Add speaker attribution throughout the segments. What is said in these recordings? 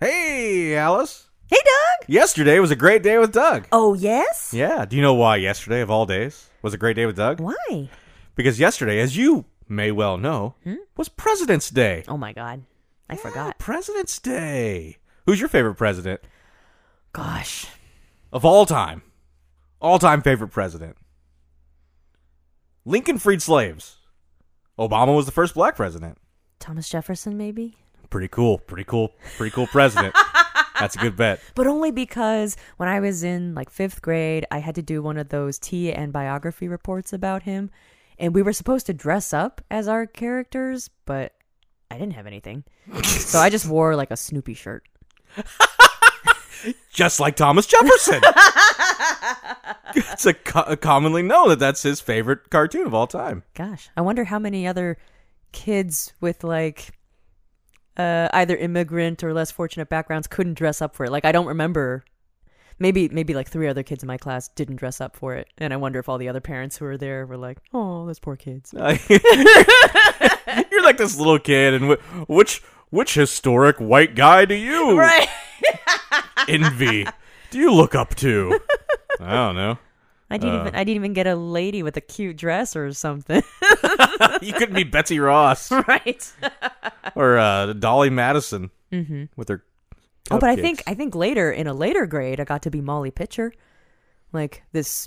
Speaker 1: Hey, Alice.
Speaker 2: Hey, Doug.
Speaker 1: Yesterday was a great day with Doug.
Speaker 2: Oh, yes?
Speaker 1: Yeah. Do you know why yesterday, of all days, was a great day with Doug?
Speaker 2: Why?
Speaker 1: Because yesterday, as you may well know, was President's Day.
Speaker 2: Oh, my God. Hmm? I forgot.
Speaker 1: President's Day. Who's your favorite president
Speaker 2: Gosh.
Speaker 1: of all time? All time favorite president? Lincoln freed slaves. Obama was the first black president.
Speaker 2: Thomas Jefferson, maybe?
Speaker 1: Pretty cool. Pretty cool. Pretty cool president. That's a good bet.
Speaker 2: But only because when I was in like fifth grade, I had to do one of those tea and biography reports about him. And we were supposed to dress up as our characters, but I didn't have anything. so I just wore like a Snoopy shirt.
Speaker 1: just like Thomas Jefferson. it's a, co- commonly known that that's his favorite cartoon of all time.
Speaker 2: Gosh, I wonder how many other kids with like uh, either immigrant or less fortunate backgrounds couldn't dress up for it. Like I don't remember. Maybe maybe like three other kids in my class didn't dress up for it, and I wonder if all the other parents who were there were like, "Oh, those poor kids."
Speaker 1: You're like this little kid, and wh- which which historic white guy do you
Speaker 2: Right.
Speaker 1: envy? Do you look up to? I don't know.
Speaker 2: I didn't even I didn't even get a lady with a cute dress or something.
Speaker 1: You couldn't be Betsy Ross
Speaker 2: right.
Speaker 1: or uh, Dolly Madison with her.
Speaker 2: Mm-hmm. Oh, but I
Speaker 1: cupcakes.
Speaker 2: think I think later in a later grade, I got to be Molly Pitcher, like this.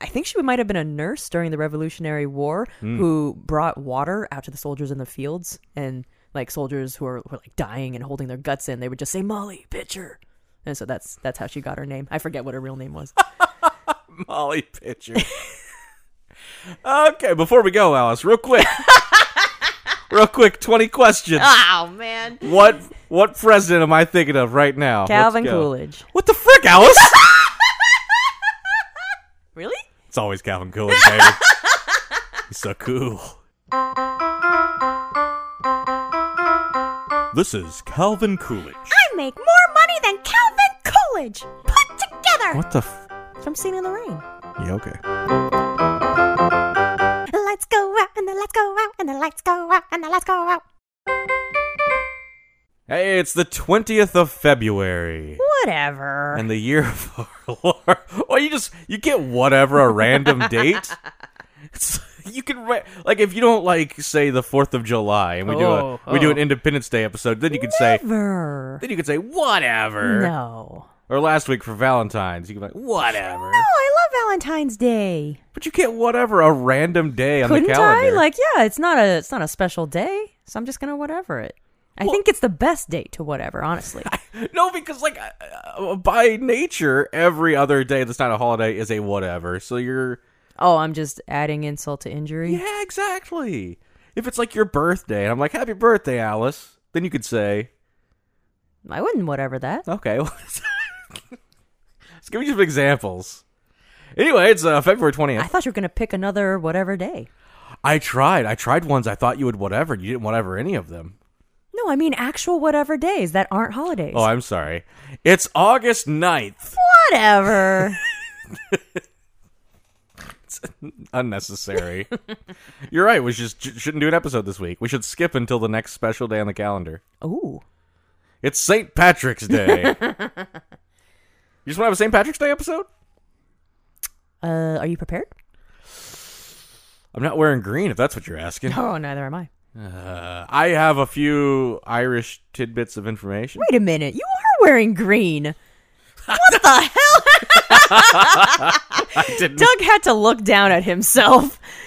Speaker 2: I think she might have been a nurse during the Revolutionary War
Speaker 1: Hmm.
Speaker 2: who brought water out to the soldiers in the fields, and like soldiers who are were like dying and holding their guts in, they would just say Molly Pitcher, and so that's that's how she got her name. I forget what her real name was.
Speaker 1: Molly Pitcher. okay, before we go, Alice, real quick, real quick, twenty questions.
Speaker 2: oh man,
Speaker 1: What what president am I thinking of right now? Let's
Speaker 2: Calvin
Speaker 1: go.
Speaker 2: Coolidge.
Speaker 1: What the frick, Alice?
Speaker 2: Really?
Speaker 1: it's always Calvin Coolidge, baby. He's so cool. This is Calvin Coolidge.
Speaker 2: I make more money than Calvin Coolidge put together.
Speaker 1: What the? F-
Speaker 2: From Singing in the Rain.
Speaker 1: yeah, okay.
Speaker 3: The lights go out and the lights go out and the lights go out and the lights go out.
Speaker 1: Hey, it's the twentieth of February.
Speaker 2: Whatever.
Speaker 1: And the year of our Lord. Well, you just you get whatever a random date. It's- you can ra- like if you don't like say the Fourth of July, and we do a
Speaker 2: Oh,
Speaker 1: we do
Speaker 2: oh.
Speaker 1: an Independence Day episode. Then you could say
Speaker 2: Whatever.
Speaker 1: then you could say whatever.
Speaker 2: No.
Speaker 1: Or last week for Valentine's, you could be like whatever.
Speaker 2: Oh, I love Valentine's Day.
Speaker 1: But you get whatever a random day on
Speaker 2: Couldn't
Speaker 1: the calendar.
Speaker 2: I? Like, yeah, it's not a it's not a special day, so I'm just gonna whatever it. I think it's the best date to whatever, honestly.
Speaker 1: no, because like uh, uh, by nature, every other day that's not a holiday is a whatever. So you're
Speaker 2: oh, I'm just adding insult to injury.
Speaker 1: Yeah, exactly. If it's like your birthday and I'm like, Happy birthday, Alice, then you could say,
Speaker 2: I wouldn't whatever that.
Speaker 1: Okay. Let's give me some examples. Anyway, it's uh, February
Speaker 2: I
Speaker 1: 20th.
Speaker 2: thought you were gonna pick another whatever day.
Speaker 1: I tried. I tried ones I thought you would whatever. and You didn't whatever any of them.
Speaker 2: No, I mean actual whatever days that aren't holidays.
Speaker 1: Oh, I'm sorry. It's August 9th.
Speaker 2: whatever.
Speaker 1: Unnecessary. You're right. We just j- shouldn't do an episode this week. We should skip until the next special day on the calendar.
Speaker 2: Ooh.
Speaker 1: It's St. Patrick's Day. you just want to have a St. Patrick's Day episode?
Speaker 2: Uh, are you prepared?
Speaker 1: I'm not wearing green if that's what you're asking.
Speaker 2: Oh, neither am I.
Speaker 1: Uh, I have a few Irish tidbits of information.
Speaker 2: Wait a minute, you are wearing green. What the hell?
Speaker 1: I didn't.
Speaker 2: Doug had to look down at himself.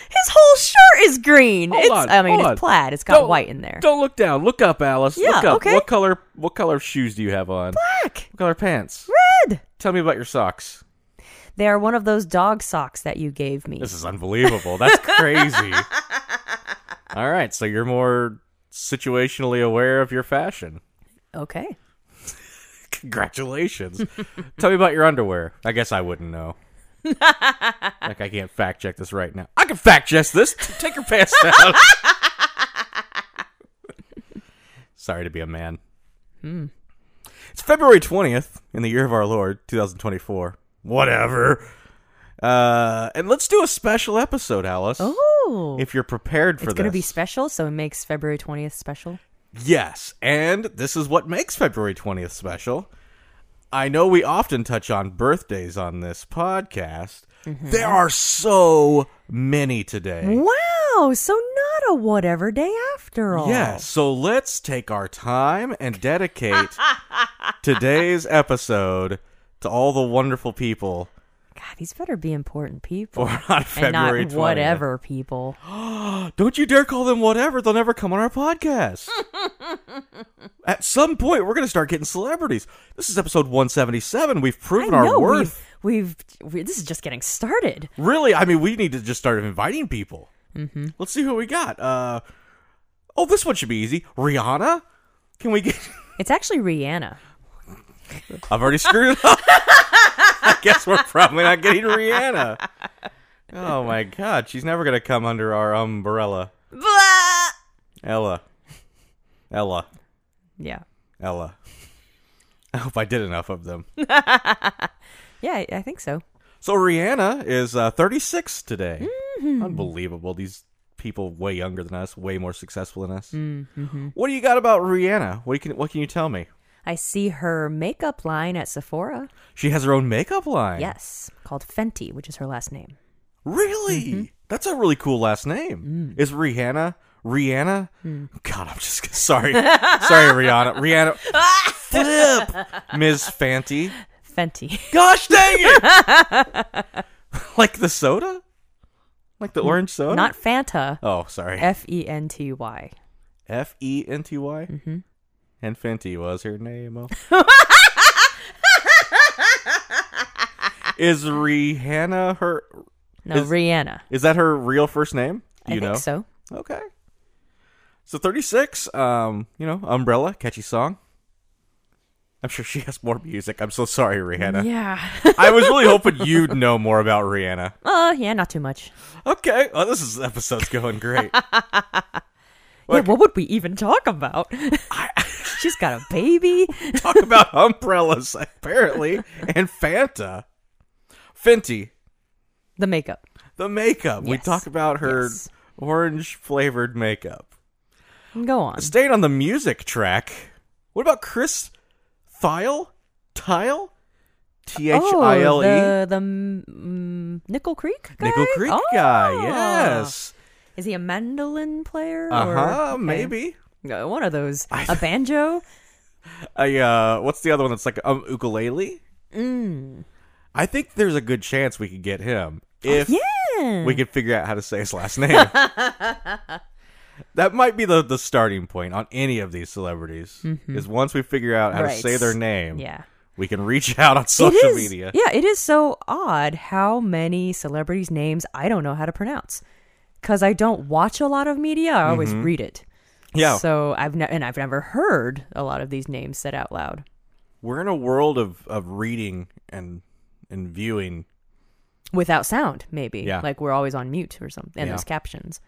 Speaker 2: His whole shirt is green.
Speaker 1: Hold
Speaker 2: it's
Speaker 1: on,
Speaker 2: I mean
Speaker 1: hold on.
Speaker 2: it's plaid. It's got
Speaker 1: Don't-
Speaker 2: white in there.
Speaker 1: Don't look down. Look up, Alice.
Speaker 2: Yeah,
Speaker 1: look up.
Speaker 2: okay.
Speaker 1: What color? What color shoes do you have on?
Speaker 2: Black.
Speaker 1: What color pants?
Speaker 2: Red.
Speaker 1: Tell me about your socks.
Speaker 2: They are one of those dog socks that you gave me.
Speaker 1: This is unbelievable. That's crazy. All right, so you're more situationally aware of your fashion.
Speaker 2: Okay.
Speaker 1: Congratulations. Tell me about your underwear. I guess I wouldn't know. like I can't fact check this right now. I can fact check this. Take your pants down. Sorry to be a man. Hmm. It's February 20th in the year of our Lord 2024. Whatever. Uh, and let's do a special episode, Alice.
Speaker 2: Oh.
Speaker 1: If you're prepared for
Speaker 2: it's
Speaker 1: this.
Speaker 2: gonna be special, so it makes February twentieth special.
Speaker 1: Yes, and this is what makes February 20th special. I know we often touch on birthdays on this podcast. There are so many today.
Speaker 2: Mm-hmm. Wow, so not a whatever day after all.
Speaker 1: Yeah, so let's take our time and dedicate today's episode to all the wonderful people
Speaker 2: God, these better be important
Speaker 1: who
Speaker 2: people.
Speaker 1: are on
Speaker 2: And
Speaker 1: February
Speaker 2: not
Speaker 1: 20th.
Speaker 2: whatever people.
Speaker 1: Don't you dare call them whatever. They'll never come on our podcast. At some point, we're going to start getting celebrities. This is episode 177. We've proven
Speaker 2: I
Speaker 1: our
Speaker 2: know
Speaker 1: worth.
Speaker 2: we've, we've we, this is just getting started.
Speaker 1: Really, I mean, we need to just start inviting people. Mm-hmm. Let's see who we got. Uh, oh, this one should be easy. Rihanna? Can we get.
Speaker 2: It's actually Rihanna.
Speaker 1: I've already screwed it up. I guess we're probably not getting Rihanna. Oh, my God. She's never going to come under our umbrella. Ella. Ella.
Speaker 2: Yeah.
Speaker 1: Ella. I hope I did enough of them.
Speaker 2: Yeah, I, I think so.
Speaker 1: So Rihanna is uh, 36 today. Unbelievable. These people way younger than us, way more successful than us. What do you got about Rihanna? What can what can you tell me?
Speaker 2: I see her makeup line at Sephora.
Speaker 1: She has her own makeup line.
Speaker 2: Yes, called Fenty, which is her last name.
Speaker 1: Really? That's a really cool last name. Is Rihanna Rihanna? God, I'm just sorry. sorry, Rihanna. Rihanna. Flip, Ms. Fanti.
Speaker 2: Fenty.
Speaker 1: Gosh dang it! like the soda? Like the orange soda?
Speaker 2: Not Fanta.
Speaker 1: Oh, sorry.
Speaker 2: F E N T Y.
Speaker 1: F E N T Y? Mm-hmm. And Fenty was her name. oh. is Rihanna her.
Speaker 2: No,
Speaker 1: Is-
Speaker 2: Rihanna.
Speaker 1: Is that her real first name? Do
Speaker 2: I
Speaker 1: you
Speaker 2: think
Speaker 1: know?
Speaker 2: so.
Speaker 1: Okay. So 36, um, you know, Umbrella, catchy song. I'm sure she has more music. I'm so sorry, Rihanna.
Speaker 2: Yeah.
Speaker 1: I was really hoping you'd know more about Rihanna.
Speaker 2: uh, yeah, not too much.
Speaker 1: Okay. Oh, this is episode's going great. Like-
Speaker 2: yeah, what would we even talk about? She's got a baby.
Speaker 1: Talk about umbrellas, apparently, and Fanta. Fenty,
Speaker 2: The makeup.
Speaker 1: the makeup. We
Speaker 2: Yes.
Speaker 1: talk about her
Speaker 2: Yes.
Speaker 1: orange flavored makeup.
Speaker 2: Go on.
Speaker 1: Staying on the music track, what about Chris Thile? Tile? T H I L E?
Speaker 2: Oh, the, the mm, Nickel Creek guy?
Speaker 1: Nickel Creek
Speaker 2: Oh.
Speaker 1: guy, yes.
Speaker 2: Is he a mandolin player?
Speaker 1: Uh
Speaker 2: or-
Speaker 1: huh,
Speaker 2: okay.
Speaker 1: maybe.
Speaker 2: Uh, One of those.
Speaker 1: I-
Speaker 2: A banjo?
Speaker 1: I, uh, what's the other one that's like um, ukulele?
Speaker 2: Mm.
Speaker 1: I think there's a good chance we could get him if
Speaker 2: Yeah.
Speaker 1: we could figure out how to say his last name. that might be the, the starting point on any of these celebrities. Is once we figure out how to
Speaker 2: Mm-hmm. Right.
Speaker 1: say their name,
Speaker 2: yeah.
Speaker 1: we can reach out on social
Speaker 2: It is-
Speaker 1: media.
Speaker 2: Yeah, it is so odd how many celebrities' names I don't know how to pronounce. Because I don't watch a lot of media, I always read it.
Speaker 1: Mm-hmm. Yeah.
Speaker 2: So I've ne- and I've never heard a lot of these names said out loud.
Speaker 1: We're in a world of, of reading and and viewing.
Speaker 2: without sound maybe
Speaker 1: Yeah.
Speaker 2: like we're always on mute or something and
Speaker 1: Yeah.
Speaker 2: there's captions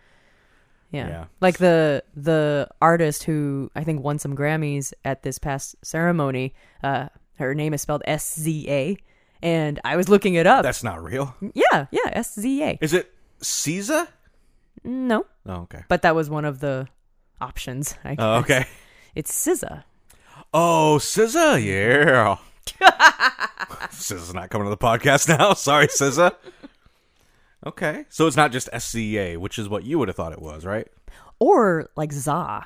Speaker 2: yeah.
Speaker 1: Yeah.
Speaker 2: like the the artist who i think won some grammys at this past ceremony uh her name is spelled s-z-a and i was looking it up
Speaker 1: That's not real.
Speaker 2: yeah yeah s-z-a
Speaker 1: Is it Caesar?
Speaker 2: no
Speaker 1: Oh, okay.
Speaker 2: but that was one of the options I guess.
Speaker 1: Oh, okay.
Speaker 2: it's SZA.
Speaker 1: Oh, SZA, yeah. SZA's not coming to the podcast now. Sorry, SZA. Okay, so it's not just SCA, which is what you would have thought it was, right?
Speaker 2: or like za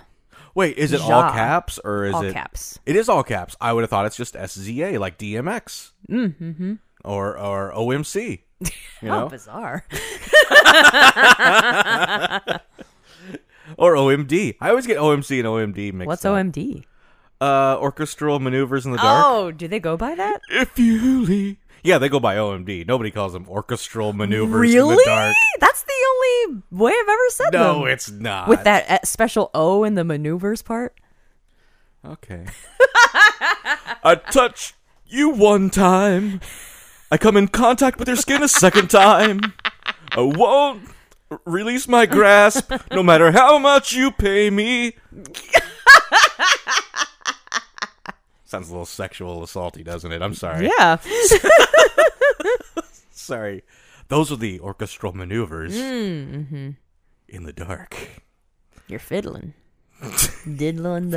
Speaker 1: Wait, is it all
Speaker 2: Ja.
Speaker 1: caps or is
Speaker 2: all
Speaker 1: it?
Speaker 2: caps
Speaker 1: It is all caps. I would have thought it's just SZA, like DMX, mm-hmm. or or OMC. You
Speaker 2: How
Speaker 1: know,
Speaker 2: Oh, bizarre
Speaker 1: or OMD. I always get OMC and OMD mixed
Speaker 2: what's
Speaker 1: up.
Speaker 2: omd
Speaker 1: Uh, orchestral maneuvers in the dark.
Speaker 2: oh do they go by that
Speaker 1: If you leave. Yeah, they go by OMD. Nobody calls them orchestral maneuvers in
Speaker 2: really
Speaker 1: the dark.
Speaker 2: that's the only way i've ever said them.
Speaker 1: No, it's not.
Speaker 2: with that uh, special O in the maneuvers part.
Speaker 1: Okay. I touch you one time. I come in contact with your skin a second time. I won't r- release my grasp no matter how much you pay me. Sounds a little sexual assaulty, doesn't it? I'm sorry.
Speaker 2: Yeah,
Speaker 1: Sorry. Those are the
Speaker 2: Mm-hmm.
Speaker 1: orchestral maneuvers in the dark.
Speaker 2: you're fiddling. Diddlin' them
Speaker 1: Fiddlin' and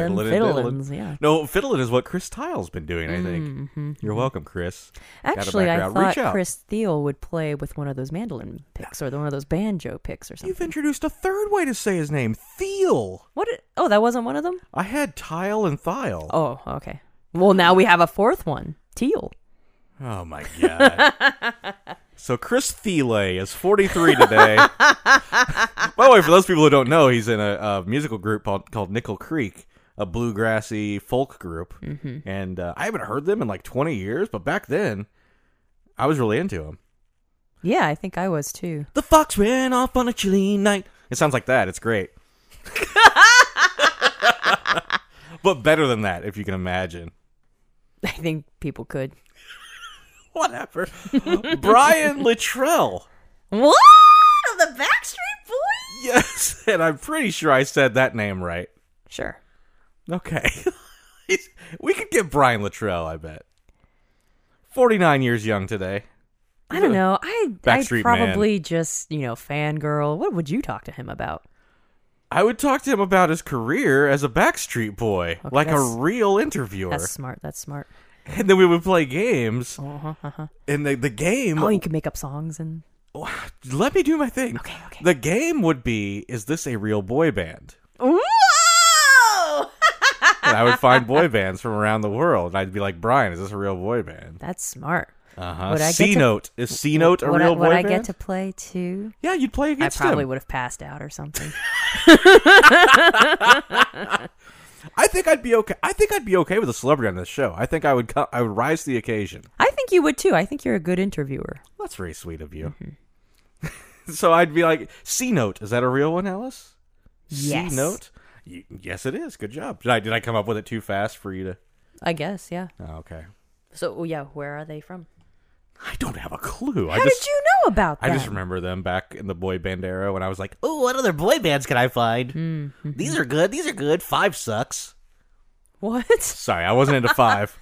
Speaker 1: diddlin'.
Speaker 2: fiddlins, yeah. Mm-hmm.
Speaker 1: No, fiddling is what Chris Tile's been doing, I think. You're welcome, Chris. Got a
Speaker 2: Actually, I
Speaker 1: background. Reach
Speaker 2: thought
Speaker 1: out.
Speaker 2: Chris Thiel would play with one of those mandolin picks or one of those banjo picks or something.
Speaker 1: You've introduced a third way to say his name, Thiel.
Speaker 2: What? i- Oh, that wasn't one of them.
Speaker 1: I had Tile and Thiel.
Speaker 2: Oh, okay. Well, now we have a fourth one, Teal.
Speaker 1: Oh my god. so Chris Thiele is 43 today. By the way, for those people who don't know, he's in a, a musical group called, called Nickel Creek, a bluegrassy folk group. And uh, I haven't heard them in like 20 years, but back then, I was really into them.
Speaker 2: Yeah, I think I was too.
Speaker 1: The fox ran off on a chilly night. It sounds like that. It's great. but better than that, if you can imagine.
Speaker 2: I think people could.
Speaker 1: Whatever. Brian Littrell.
Speaker 2: What of the Backstreet Boys?
Speaker 1: Yes, and I'm pretty sure I said that name right.
Speaker 2: Sure.
Speaker 1: Okay. He's- we could get Brian Luttrell, I bet. 49 years young today.
Speaker 2: I don't know. I
Speaker 1: Backstreet Man.
Speaker 2: I probably just you know fangirl. What would you talk to him about?
Speaker 1: I would talk to him about his career as a Backstreet Boy, like a
Speaker 2: that's-
Speaker 1: real interviewer.
Speaker 2: That's smart. That's smart.
Speaker 1: And then we would play games.
Speaker 2: Uh-huh, uh-huh.
Speaker 1: And the, the game.
Speaker 2: Oh, you could make up songs and
Speaker 1: Let me do my thing.
Speaker 2: Okay, okay.
Speaker 1: The game would be Is this a real boy band?
Speaker 2: whoa.
Speaker 1: And I would find boy bands from around the world. And I'd be like, Brian, is this a real boy band?
Speaker 2: That's smart.
Speaker 1: Uh huh.
Speaker 2: Would I get
Speaker 1: C
Speaker 2: to-
Speaker 1: Note. Is C Note a
Speaker 2: would
Speaker 1: real
Speaker 2: I,
Speaker 1: boy
Speaker 2: would I
Speaker 1: band?
Speaker 2: get to play too?
Speaker 1: Yeah, you'd play
Speaker 2: I
Speaker 1: against him.
Speaker 2: probably would have passed out or something.
Speaker 1: I think I'd be okay. I think I'd be okay with a celebrity on this show. I think I would. Co- I would rise to the occasion.
Speaker 2: I think you would too. I think you're a good interviewer.
Speaker 1: That's very sweet of you.
Speaker 2: Mm-hmm.
Speaker 1: so I'd be like, C note. Is that a real one, Alice?
Speaker 2: Yes.
Speaker 1: C note. Y- Yes, it is. Good job. Did I did I come up with it too fast for you to?
Speaker 2: I guess, yeah.
Speaker 1: Oh, okay.
Speaker 2: So, oh, yeah, where are they from?
Speaker 1: I don't have a clue.
Speaker 2: How
Speaker 1: I just
Speaker 2: did you know about
Speaker 1: I
Speaker 2: them?
Speaker 1: just remember them back in the boy band era when I was like, oh, what other boy bands can I find?
Speaker 2: Mm, mm-hmm.
Speaker 1: These are good. These are good. Five sucks.
Speaker 2: What?
Speaker 1: Sorry, I wasn't into five.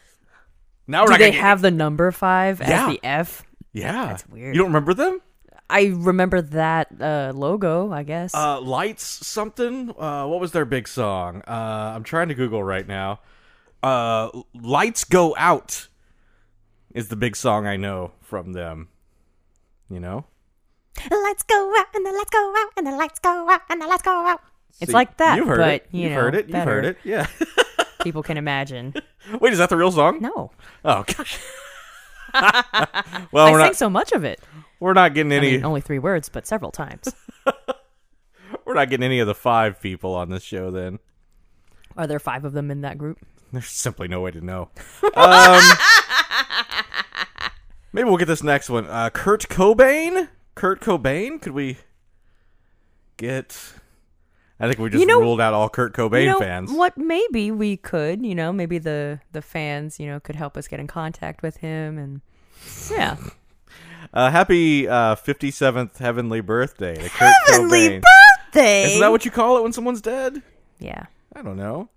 Speaker 1: Now we're
Speaker 2: Do
Speaker 1: not
Speaker 2: they
Speaker 1: gonna get-
Speaker 2: have the number five
Speaker 1: Yeah.
Speaker 2: as the F?
Speaker 1: Yeah,
Speaker 2: That's weird.
Speaker 1: You don't remember them?
Speaker 2: I remember that uh, logo, I guess.
Speaker 1: uh, lights something. Uh, what was their big song? Uh, I'm trying to Google right now. Uh, lights go out is the big song I know from them. You know,
Speaker 3: The lights go out and the lights go out and the lights go out and the lights go out.
Speaker 2: It's
Speaker 1: See,
Speaker 2: like that,
Speaker 1: You've heard
Speaker 2: but,
Speaker 1: it.
Speaker 2: you
Speaker 1: have
Speaker 2: know,
Speaker 1: heard it. You've heard
Speaker 2: better.
Speaker 1: it. Yeah.
Speaker 2: People can imagine.
Speaker 1: Wait, is that the real song?
Speaker 2: No.
Speaker 1: Oh gosh. well,
Speaker 2: I
Speaker 1: we're
Speaker 2: think
Speaker 1: not
Speaker 2: so much of it.
Speaker 1: we're not getting
Speaker 2: I
Speaker 1: any
Speaker 2: mean, only three words, but several times.
Speaker 1: we're not getting any of the five people on this show. Then
Speaker 2: Are there five of them in that group?
Speaker 1: there's simply no way to know. Um, maybe we'll get this next one. Uh, Kurt Cobain. Kurt Cobain. Could we get? I think we just
Speaker 2: You know-
Speaker 1: ruled out all Kurt Cobain
Speaker 2: you know,
Speaker 1: fans.
Speaker 2: What maybe we could, you know, maybe the the fans, you know, could help us get in contact with him and yeah.
Speaker 1: Uh, happy uh, 57th heavenly birthday to Kurt
Speaker 3: Heavenly
Speaker 1: Cobain.
Speaker 3: They
Speaker 1: Isn't that what you call it when someone's dead?
Speaker 2: Yeah.
Speaker 1: I don't know.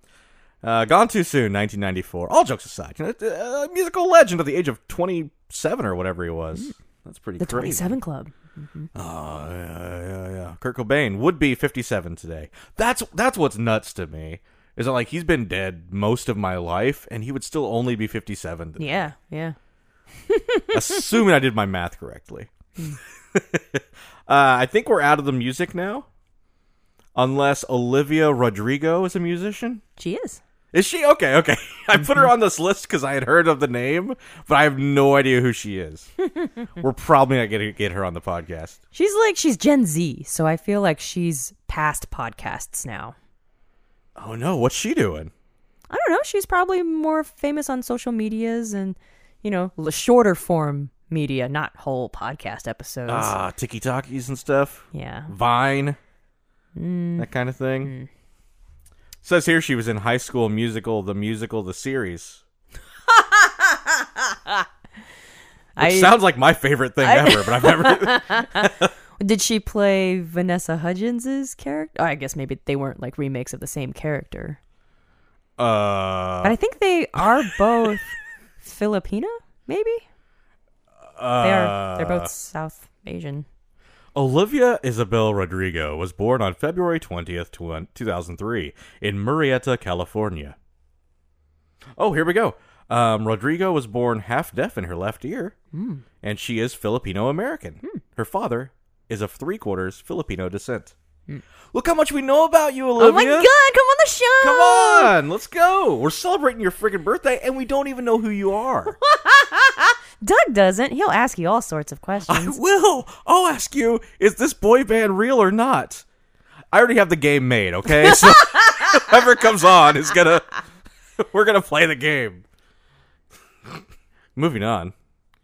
Speaker 1: Uh, gone too soon, 1994. All jokes aside, you know, a musical legend at the age of 27 or whatever he was. That's pretty
Speaker 2: Hmm. The
Speaker 1: crazy.
Speaker 2: 27 Club.
Speaker 1: Oh yeah, yeah, yeah. Kurt Cobain would be 57 today. That's that's what's nuts to me. Is that like he's been dead most of my life, and he would still only be 57, today,
Speaker 2: Yeah, yeah.
Speaker 1: assuming I did my math correctly. uh, I think we're out of the music now, unless Olivia Rodrigo is a musician.
Speaker 2: She is.
Speaker 1: Is she okay? Okay, I put her on this list because I had heard of the name, but I have no idea who she is. we're probably not going to get her on the podcast.
Speaker 2: She's like she's Gen Z, so I feel like she's past podcasts now.
Speaker 1: Oh no, what's she doing?
Speaker 2: I don't know, she's probably more famous on social medias and, you know, l- shorter form media, not whole podcast episodes.
Speaker 1: Ah, tiki talkies and stuff.
Speaker 2: yeah.
Speaker 1: Vine. That kind of thing. Says here she was in high school musical, the musical, the series.
Speaker 2: I
Speaker 1: Sounds like my favorite thing ever, but I've never.
Speaker 2: Did she play Vanessa Hudgens' character? Oh, I guess maybe they weren't like remakes of the same character.
Speaker 1: uh,
Speaker 2: But I think they are both
Speaker 1: Uh,
Speaker 2: Filipina, maybe? They're they're both South Asian.
Speaker 1: Olivia Isabel Rodrigo was born on February 20th, twen- 2003, in Murrieta, California. Oh, here we go. Um, Rodrigo was born half deaf in her left ear,
Speaker 2: Hmm.
Speaker 1: and she is Filipino American. Her father is of three quarters Filipino descent. Look how much we know about you, Olivia.
Speaker 2: Hmm. Oh my god, come on the show!
Speaker 1: Come on, let's go. We're celebrating your friggin' birthday, and we don't even know who you are.
Speaker 2: Doug doesn't. He'll ask you all sorts of
Speaker 1: I
Speaker 2: questions.
Speaker 1: will. I'll ask you: Is this boy band real or not? I already have the game made. Okay, so whoever comes on is gonna. We're gonna play the game. Moving on.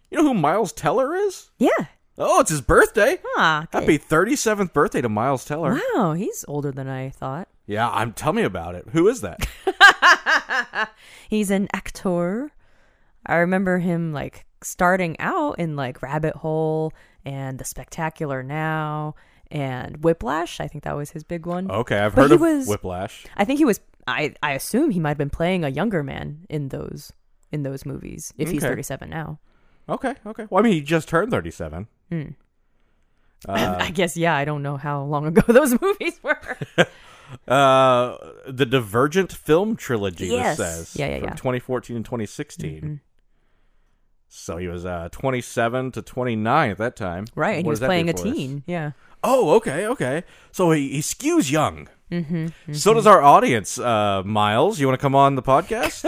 Speaker 1: You know who Miles Teller is?
Speaker 2: yeah.
Speaker 1: Oh, it's his birthday.
Speaker 2: Ah, good.
Speaker 1: Happy 37th birthday to Miles Teller.
Speaker 2: Wow, he's older than I thought.
Speaker 1: Yeah, I'm. Tell me about it. Who is that?
Speaker 2: He's an actor. I remember him like starting out in like Rabbit Hole and The Spectacular Now and Whiplash. I think that was his big one.
Speaker 1: Okay, I've
Speaker 2: But
Speaker 1: heard
Speaker 2: he
Speaker 1: of
Speaker 2: was-
Speaker 1: Whiplash.
Speaker 2: I think he was. I I assume he might have been playing a younger man in those in those movies. If he's
Speaker 1: Okay.
Speaker 2: thirty seven now,
Speaker 1: Okay, okay. Well, I mean, he just turned 37.
Speaker 2: I guess yeah. I don't know how long ago those movies were.
Speaker 1: Uh, the Divergent film trilogy.
Speaker 2: Yes.
Speaker 1: This says
Speaker 2: Yeah, yeah,
Speaker 1: from
Speaker 2: yeah. Mm-hmm.
Speaker 1: 2014 and 2016. So he was uh 27 to 29 at that time.
Speaker 2: right, and he
Speaker 1: What
Speaker 2: was
Speaker 1: does that
Speaker 2: playing
Speaker 1: do
Speaker 2: a
Speaker 1: for us?
Speaker 2: teen. Yeah.
Speaker 1: Oh, okay, okay. So he, he skews young. Mm-hmm, So does our audience, uh, Miles. You want to come on the podcast?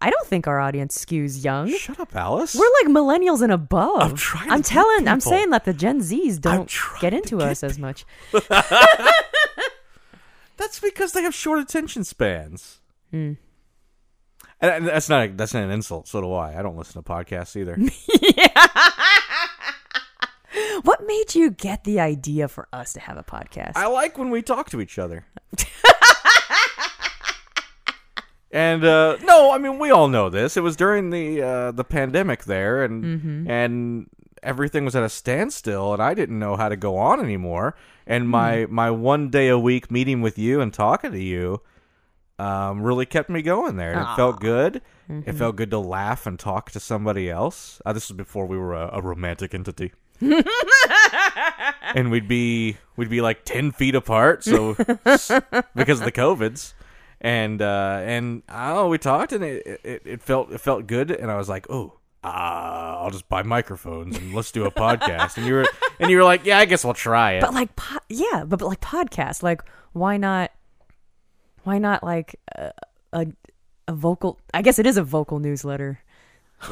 Speaker 2: I don't think our audience skews young.
Speaker 1: Shut up, Alice.
Speaker 2: We're like millennials and above.
Speaker 1: I'm trying to
Speaker 2: I'm
Speaker 1: get
Speaker 2: telling. I'm
Speaker 1: people.
Speaker 2: saying that the Gen Zs don't
Speaker 1: trying
Speaker 2: get
Speaker 1: to
Speaker 2: into
Speaker 1: get
Speaker 2: us as much.
Speaker 1: That's because they have short attention spans.
Speaker 2: Hmm.
Speaker 1: And, and that's not that's not an insult. So do I. I don't listen to podcasts either.
Speaker 2: What made you get the idea for us to have a podcast?
Speaker 1: I like when we talk to each other. and uh, no, I mean we all know this. It was during the uh, the pandemic there, and and everything was at a standstill, and I didn't know how to go on anymore. And my my one day a week meeting with you and talking to you. Um, really kept me going there. And it felt good. It
Speaker 2: Mm-hmm.
Speaker 1: felt good to laugh and talk to somebody else. Uh, this was before we were a, a romantic entity and we'd be we'd be like ten feet apart, so s- because of the covids, and uh, and I don't know, we talked, and it, it it felt it felt good, and I was like, oh, uh, I'll just buy microphones and let's do a podcast, and you were and you were like, yeah, I guess we'll try it.
Speaker 2: but like, po- yeah, but, but like podcast. Like, why not? Why not like a a, a vocal? I guess it is a vocal newsletter.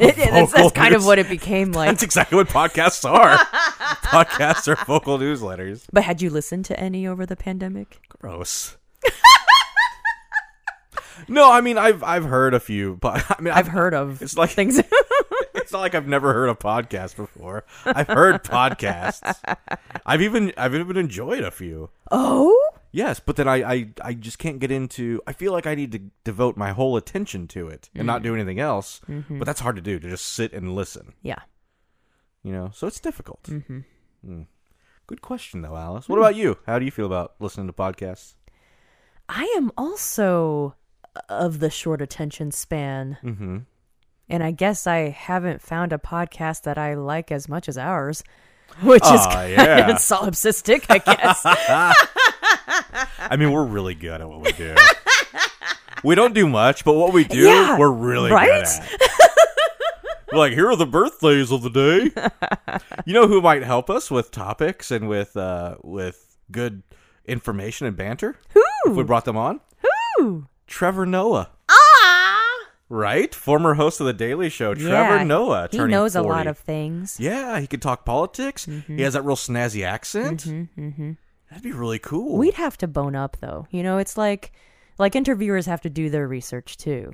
Speaker 2: It- it- that's,
Speaker 1: vocal
Speaker 2: that's kind of
Speaker 1: news-
Speaker 2: what it became like.
Speaker 1: That's exactly what podcasts are. podcasts are vocal newsletters.
Speaker 2: But had you listened to any over the pandemic?
Speaker 1: Gross. no, I mean I've I've heard a few, but I mean
Speaker 2: I've heard of
Speaker 1: It's like-
Speaker 2: things.
Speaker 1: It's not like I've never heard a podcast before. I've heard podcasts. I've even I've even enjoyed a few.
Speaker 2: oh,
Speaker 1: Yes, but then I, I I just can't get into. I feel like I need to devote my whole attention to it and not do anything else. But that's hard to do to just sit and listen.
Speaker 2: yeah.
Speaker 1: You know, so it's difficult. Mm-hmm. Good question though, Alice. What about you? How do you feel about listening to podcasts?
Speaker 2: I am also of the short attention span. Mm-hmm. And I guess I haven't found a podcast that I like as much as ours, which is
Speaker 1: Aw,
Speaker 2: kind
Speaker 1: Ah, yeah.
Speaker 2: of solipsistic, I guess.
Speaker 1: I mean, we're really good at what we do. we don't do much, but what we do,
Speaker 2: Yeah,
Speaker 1: we're really
Speaker 2: right?
Speaker 1: good at. We're like, here are the birthdays of the day. you know who might help us with topics and with uh, with good information and banter? Who? If we brought them on?
Speaker 2: Woo!
Speaker 1: Trevor Noah. Right? Former host of The Daily Show, Trevor
Speaker 2: Ah! Yeah,
Speaker 1: Noah.
Speaker 2: He
Speaker 1: turning
Speaker 2: knows a
Speaker 1: 40.
Speaker 2: lot of Mm-hmm. things.
Speaker 1: Yeah, he can talk politics. He has that real snazzy accent.
Speaker 2: Mm-hmm,
Speaker 1: That'd be really cool.
Speaker 2: We'd have to bone up though. You know, it's like like interviewers have to do their research too.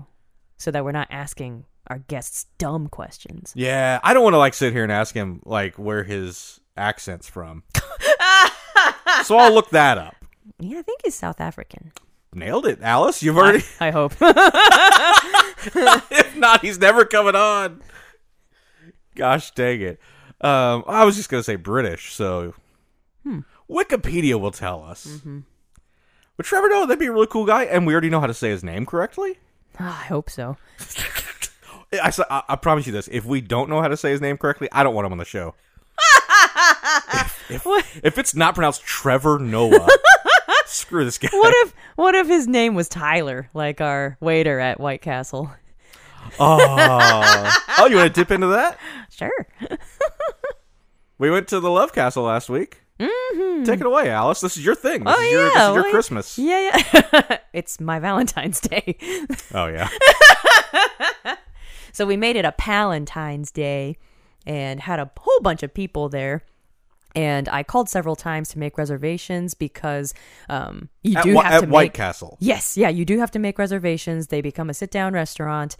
Speaker 2: So that we're not asking our guests dumb questions.
Speaker 1: Yeah, I don't want to like sit here and ask him like where his accent's from. so I'll look that up.
Speaker 2: Yeah, I think he's South African.
Speaker 1: Nailed it, Alice. You've already.
Speaker 2: I hope.
Speaker 1: if not, he's never coming on. Gosh dang it. Um, I was just gonna say British, so Wikipedia will tell us. But Trevor Noah, that'd be a really cool guy, and we already know how to say his name correctly.
Speaker 2: Ah, I hope so.
Speaker 1: I, I, I promise you this: if we don't know how to say his name correctly, I don't want him on the show. If, if it's not pronounced Trevor Noah, screw this guy.
Speaker 2: What if what if his name was Tyler, like our waiter at White Castle?
Speaker 1: Oh, you want to dip into that?
Speaker 2: Sure.
Speaker 1: We went to the Love Castle last week. Mm-hmm. Take it away, Alice. This is your thing. This
Speaker 2: Oh,
Speaker 1: is your, this
Speaker 2: yeah,
Speaker 1: is your
Speaker 2: well,
Speaker 1: Christmas.
Speaker 2: Yeah, yeah. it's my Valentine's Day.
Speaker 1: Oh, yeah.
Speaker 2: So we made it a Palentine's Day and had a whole bunch of people there. And I called several times to make reservations because um, you
Speaker 1: at
Speaker 2: do
Speaker 1: Whi-
Speaker 2: have
Speaker 1: at
Speaker 2: to
Speaker 1: White
Speaker 2: make,
Speaker 1: Castle.
Speaker 2: Yes, yeah, you do have to make reservations. They become a sit down restaurant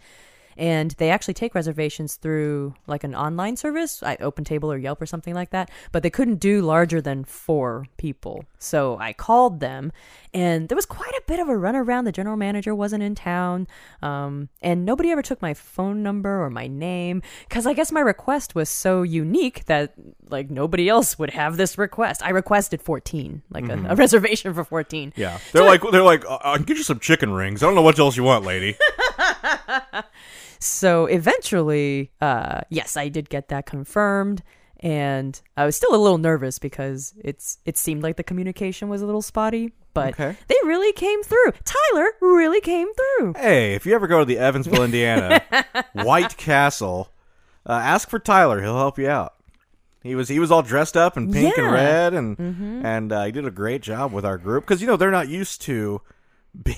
Speaker 2: and they actually take reservations through like an online service, like Open Table or Yelp or something like that, but they couldn't do larger than 4 people. So I called them and there was quite a bit of a runaround. The general manager wasn't in town. Um, and nobody ever took my phone number or my name cuz I guess my request was so unique that like nobody else would have this request. I requested 14, like a, a reservation for 14.
Speaker 1: Yeah. They're like, they're like, "Uh, I can get you some chicken rings. I don't know what else you want, lady.
Speaker 2: So eventually, uh, yes, I did get that confirmed, and I was still a little nervous because it's it seemed like the communication was a little spotty, but
Speaker 1: Okay.
Speaker 2: they really came through. Tyler really came through.
Speaker 1: hey, if you ever go to the Evansville, Indiana, White Castle, uh, ask for Tyler. He'll help you out. He was he was all dressed up in pink
Speaker 2: Yeah.
Speaker 1: and red, and and uh, he did a great job with our group because you know they're not used to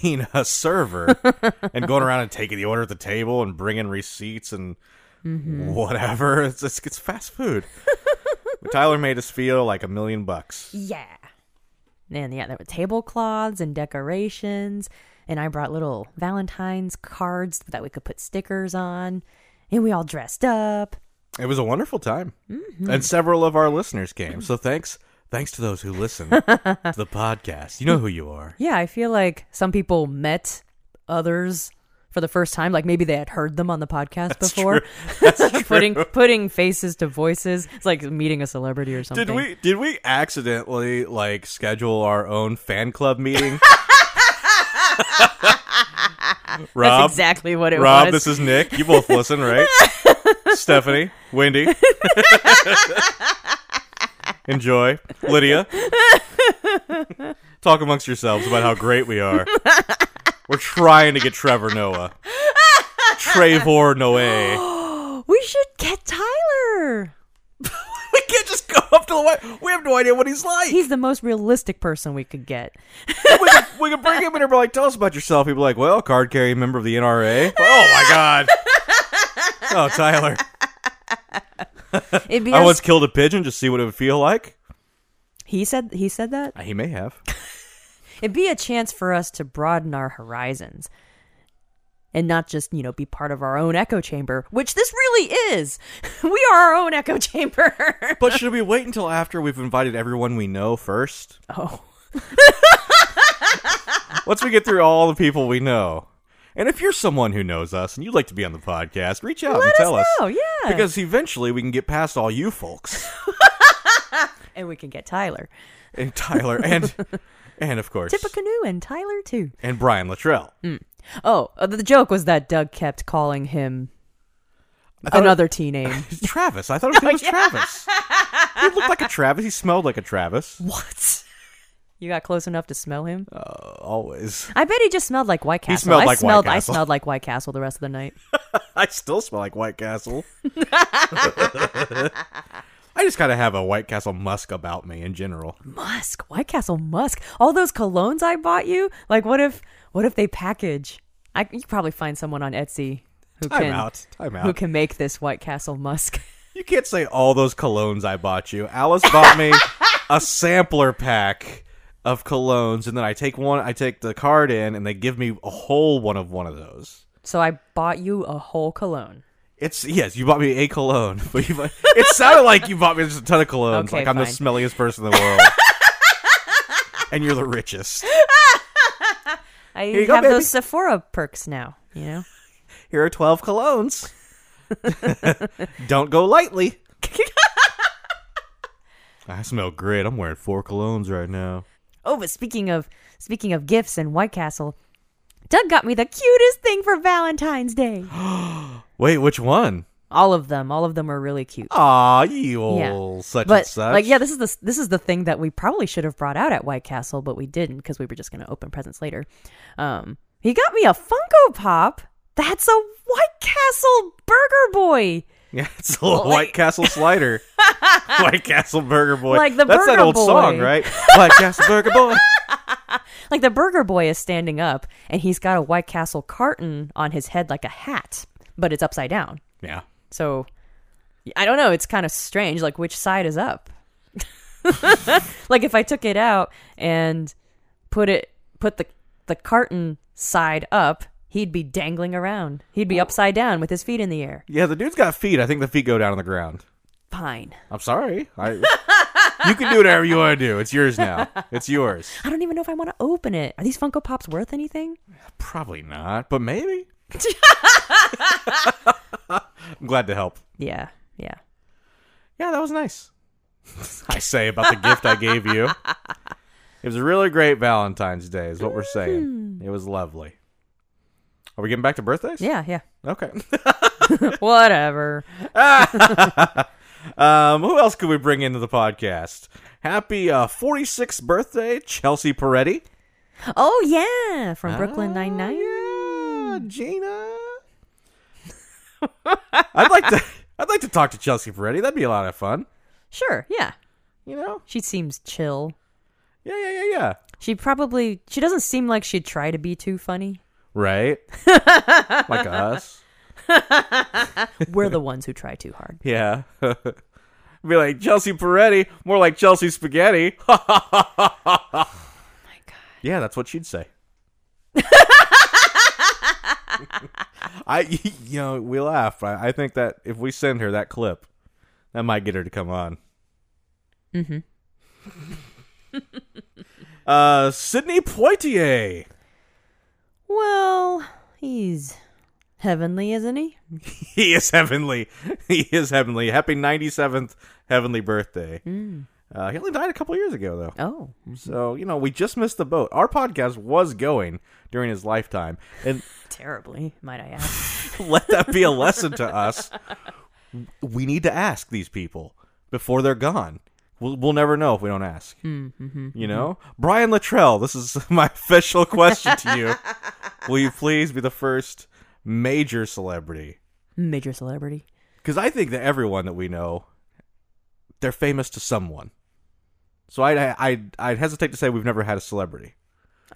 Speaker 1: being a server and going around and taking the order at the table and bringing receipts and whatever. It's, it's it's fast food. But Tyler made us feel like a million bucks.
Speaker 2: Yeah, and yeah, there were tablecloths and decorations, and I brought little Valentine's cards that we could put stickers on, and we all dressed up.
Speaker 1: It was a wonderful time, and several of our listeners came. So thanks, thanks to those who listen to the podcast. You know who you are.
Speaker 2: Yeah, I feel like some people met others for the first time. Like maybe they had heard them on the podcast before. putting putting faces to voices. It's like meeting a celebrity or something.
Speaker 1: Did we did we accidentally like schedule our own fan club meeting?
Speaker 2: That's
Speaker 1: Rob,
Speaker 2: exactly what it
Speaker 1: Rob,
Speaker 2: was.
Speaker 1: this is Nick. You both listen, right? Stephanie, Wendy, enjoy, Lydia. Talk amongst yourselves about how great we are. We're trying to get Trevor Noah, Trevor Noah.
Speaker 2: we should get Tyler.
Speaker 1: we can't just go up to the white. We have no idea what he's like.
Speaker 2: He's the most realistic person we could get.
Speaker 1: we, could, we could bring him in and be like, tell us about yourself. He'd be like, well, card carrying member of the NRA. oh my God. Oh, Tyler.
Speaker 2: It'd be
Speaker 1: I
Speaker 2: us-
Speaker 1: once killed a pigeon just see what it would feel like.
Speaker 2: he said he said that.
Speaker 1: Uh, He may have.
Speaker 2: It'd be a chance for us to broaden our horizons. And not just, you know, be part of our own echo chamber, which this really is. We are our own echo chamber.
Speaker 1: But should we wait until after we've invited everyone we know first?
Speaker 2: oh.
Speaker 1: Once we get through all the people we know. And if you're someone who knows us and you'd like to be on the podcast, reach out and tell us.
Speaker 2: Oh yeah.
Speaker 1: Because eventually we can get past all you folks
Speaker 2: and we can get Tyler.
Speaker 1: and Tyler and and of course
Speaker 2: Tippecanoe and Tyler too.
Speaker 1: and Brian Luttrell.
Speaker 2: Oh, uh, the joke was that Doug kept calling him another T name.
Speaker 1: Travis. I thought his name was Travis. He looked like a Travis. He smelled like a Travis.
Speaker 2: what? You got close enough to smell him?
Speaker 1: Always.
Speaker 2: I bet he just smelled like White Castle.
Speaker 1: Oh. smelled
Speaker 2: I
Speaker 1: like White
Speaker 2: smelled I
Speaker 1: Castle.
Speaker 2: smelled like White Castle the rest of the night.
Speaker 1: I still smell like White Castle. I just gotta have a White Castle musk about me in general.
Speaker 2: Musk, White Castle Musk. All those colognes I bought you? Like what if what if they package? I you could probably find someone on Etsy who
Speaker 1: Time
Speaker 2: can
Speaker 1: out. Time
Speaker 2: who
Speaker 1: out.
Speaker 2: can make this White Castle Musk.
Speaker 1: You can't say all those colognes I bought you. Alice bought me a sampler pack of colognes, and then I take one. I take the card in, and they give me a whole one of one of those.
Speaker 2: so I bought you a whole cologne.
Speaker 1: It's yes, you bought me a cologne, but you bought, it sounded like you bought me just a ton of colognes.
Speaker 2: Okay,
Speaker 1: like I'm the
Speaker 2: fine.
Speaker 1: smelliest person in the world, and you're the richest.
Speaker 2: I
Speaker 1: you
Speaker 2: have
Speaker 1: go, baby.
Speaker 2: those Sephora perks now, you know.
Speaker 1: Here are twelve colognes. Don't go lightly. I smell great. I'm wearing four colognes right now.
Speaker 2: Oh, but speaking of speaking of gifts and White Castle, Doug got me the cutest thing for Valentine's Day.
Speaker 1: Wait, which one?
Speaker 2: All of them. All of them are really cute.
Speaker 1: Aw, you old such and
Speaker 2: but
Speaker 1: such.
Speaker 2: like yeah, this is the this is the thing that we probably should have brought out at White Castle, but we didn't because we were just going to open presents later. Um, he got me a Funko Pop. That's a White Castle Burger Boy.
Speaker 1: Yeah, it's a little White Castle slider. White Castle Burger Boy.
Speaker 2: Like the
Speaker 1: That's that
Speaker 2: Burger
Speaker 1: old song,
Speaker 2: Boy.
Speaker 1: right? White Castle Burger Boy.
Speaker 2: Like the Burger Boy is standing up, and he's got a White Castle carton on his head like a hat, but it's upside down.
Speaker 1: Yeah.
Speaker 2: So I don't know. It's kind of strange. Like which side is up? like if I took it out and put it put the the carton side up, he'd be dangling around. He'd be upside down with his feet in the air.
Speaker 1: Yeah, the dude's got feet. I think the feet go down on the ground.
Speaker 2: Fine.
Speaker 1: I'm sorry. I, you can do whatever you want to do. It's yours now. It's yours.
Speaker 2: I don't even know if I want to open it. Are these Funko Pops worth anything?
Speaker 1: Probably not, but maybe. I'm glad to help.
Speaker 2: Yeah. Yeah.
Speaker 1: Yeah, that was nice. I say about the gift I gave you. It was a really great Valentine's Day, is what we're saying. It was lovely. Are we getting back to birthdays?
Speaker 2: Yeah, yeah.
Speaker 1: Okay.
Speaker 2: Whatever.
Speaker 1: Um, who else could we bring into the podcast? Happy uh, 46th birthday, Chelsea Peretti.
Speaker 2: Oh yeah, from Brooklyn Nine Nine.
Speaker 1: Oh, Yeah, Gina. I'd like to. I'd like to talk to Chelsea Peretti. That'd be a lot of fun.
Speaker 2: Sure, yeah.
Speaker 1: You know?
Speaker 2: She seems chill.
Speaker 1: Yeah, yeah, yeah, yeah.
Speaker 2: She probably she doesn't seem like she'd try to be too funny.
Speaker 1: Right? like us.
Speaker 2: We're the ones who try too hard.
Speaker 1: Yeah. be like Chelsea Peretti, more like Chelsea Spaghetti. oh my god. Yeah, that's what she'd say. I, you know, we laugh. I, I think that if we send her that clip, that might get her to come on. Mm-hmm. uh, Sydney Poitier.
Speaker 2: Well, he's heavenly, isn't he?
Speaker 1: He is heavenly. He is heavenly. Happy 97th heavenly birthday. Uh, he only died a couple years ago, though.
Speaker 2: Oh,
Speaker 1: So, you know, we just missed the boat. Our podcast was going during his lifetime. And
Speaker 2: terribly, might I add.
Speaker 1: let that be a lesson to us. We need to ask these people before they're gone. We'll, we'll never know if we don't ask.
Speaker 2: Mm-hmm.
Speaker 1: you know? Brian Luttrell, this is my official question to you. Will you please be the first major celebrity?
Speaker 2: Major celebrity.
Speaker 1: Because I think that everyone that we know, they're famous to someone. So I'd, I'd, I'd hesitate to say we've never had a celebrity.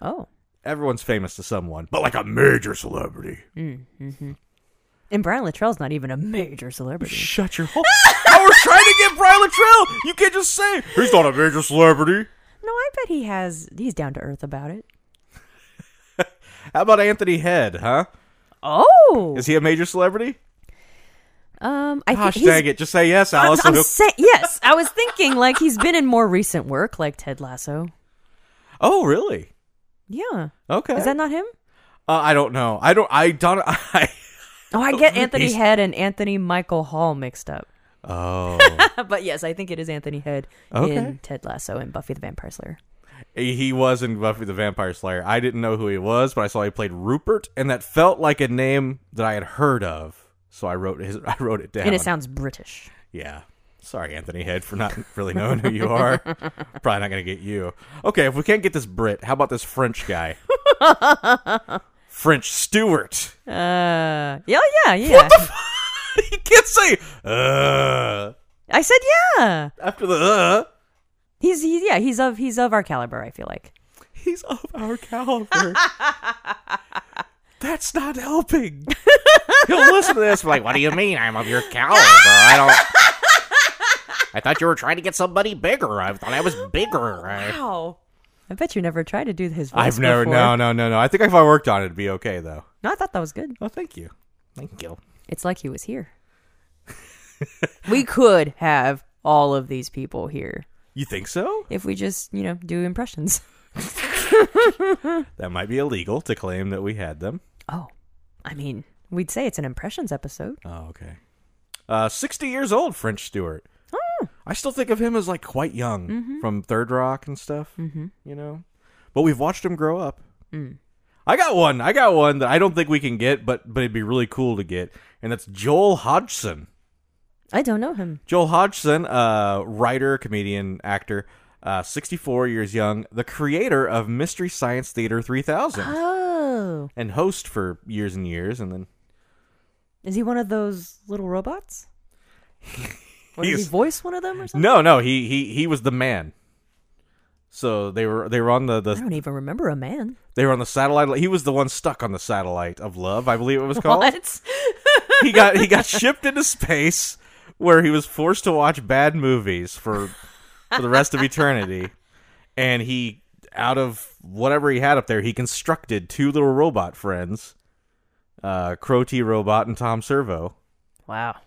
Speaker 2: Oh,
Speaker 1: everyone's famous to someone, but like a major celebrity.
Speaker 2: and Brian Luttrell's not even a major celebrity.
Speaker 1: Shut your hole. I was trying to get Brian Latrell. You can't just say he's not a major celebrity.
Speaker 2: No, I bet he has. He's down to earth about it.
Speaker 1: How about Anthony Head, huh?
Speaker 2: Oh,
Speaker 1: Is he a major celebrity?
Speaker 2: um, I
Speaker 1: Gosh
Speaker 2: think he's.
Speaker 1: dang it. Just say yes,
Speaker 2: I'm,
Speaker 1: Alice.
Speaker 2: I'm
Speaker 1: and he'll-
Speaker 2: sa- yes, I was thinking like he's been in more recent work, like Ted Lasso.
Speaker 1: oh, really?
Speaker 2: Yeah,
Speaker 1: Okay.
Speaker 2: is that not him?
Speaker 1: uh, I don't know. I don't. I don't. I.
Speaker 2: Oh, I get Anthony
Speaker 1: He's-
Speaker 2: Head and Anthony Michael Hall mixed up.
Speaker 1: Oh.
Speaker 2: but yes, I think it is Anthony Head
Speaker 1: Okay.
Speaker 2: in Ted Lasso and Buffy the Vampire Slayer.
Speaker 1: he was in Buffy the Vampire Slayer. I didn't know who he was, but I saw he played Rupert, and that felt like a name that I had heard of. So I wrote his. I wrote it down.
Speaker 2: And it sounds British.
Speaker 1: Yeah. Sorry, Anthony Head, for not really knowing who you are. Probably not going to get you. Okay, if we can't get this Brit, how about this French guy? French Stewart.
Speaker 2: Uh, yeah, yeah, yeah.
Speaker 1: he can't say, uh,
Speaker 2: I said yeah.
Speaker 1: after the, uh.
Speaker 2: He's he, yeah, he's of he's of our caliber, I feel like.
Speaker 1: He's of our caliber. That's not helping. He'll listen to this, like,
Speaker 4: What do you mean I'm of your caliber? I don't. I thought you were trying to get somebody bigger. I thought I was bigger. I...
Speaker 2: Wow. I bet you never tried to do his voice.
Speaker 1: I've never,
Speaker 2: before.
Speaker 1: no, no, no, no. I think if I worked on it, it'd be okay, though.
Speaker 2: No, I thought that was good.
Speaker 1: Oh, thank you.
Speaker 4: Thank you.
Speaker 2: It's like he was here. we could have all of these people here
Speaker 1: You think so?
Speaker 2: if we just, you know, do impressions.
Speaker 1: That might be illegal to claim that we had them.
Speaker 2: Oh. I mean, we'd say it's an impressions episode.
Speaker 1: Oh, okay. Uh, 60 years old, French Stewart. I still think of him as like quite young Mm-hmm. from Third Rock and stuff, mm-hmm. you know? But we've watched him grow up. I got one. I got one that I don't think we can get, but but it'd be really cool to get, and that's Joel Hodgson.
Speaker 2: I don't know him.
Speaker 1: Joel Hodgson, uh, writer, comedian, actor, uh, 64 years young, the creator of Mystery Science Theater 3000
Speaker 2: Oh,
Speaker 1: and host for years and years, and then
Speaker 2: is he one of those little robots? Or does
Speaker 1: He's-
Speaker 2: he voice one of them or something?
Speaker 1: no, no, he he he was the man. So they were they were on the,
Speaker 2: I
Speaker 1: the
Speaker 2: don't even remember a man.
Speaker 1: they were on the satellite. He was the one stuck on the satellite of love, I believe it was called.
Speaker 2: What?
Speaker 1: he got he got shipped into space where he was forced to watch bad movies for for the rest of eternity and he out of whatever he had up there he constructed two little robot friends uh crow t robot and tom servo
Speaker 2: Wow.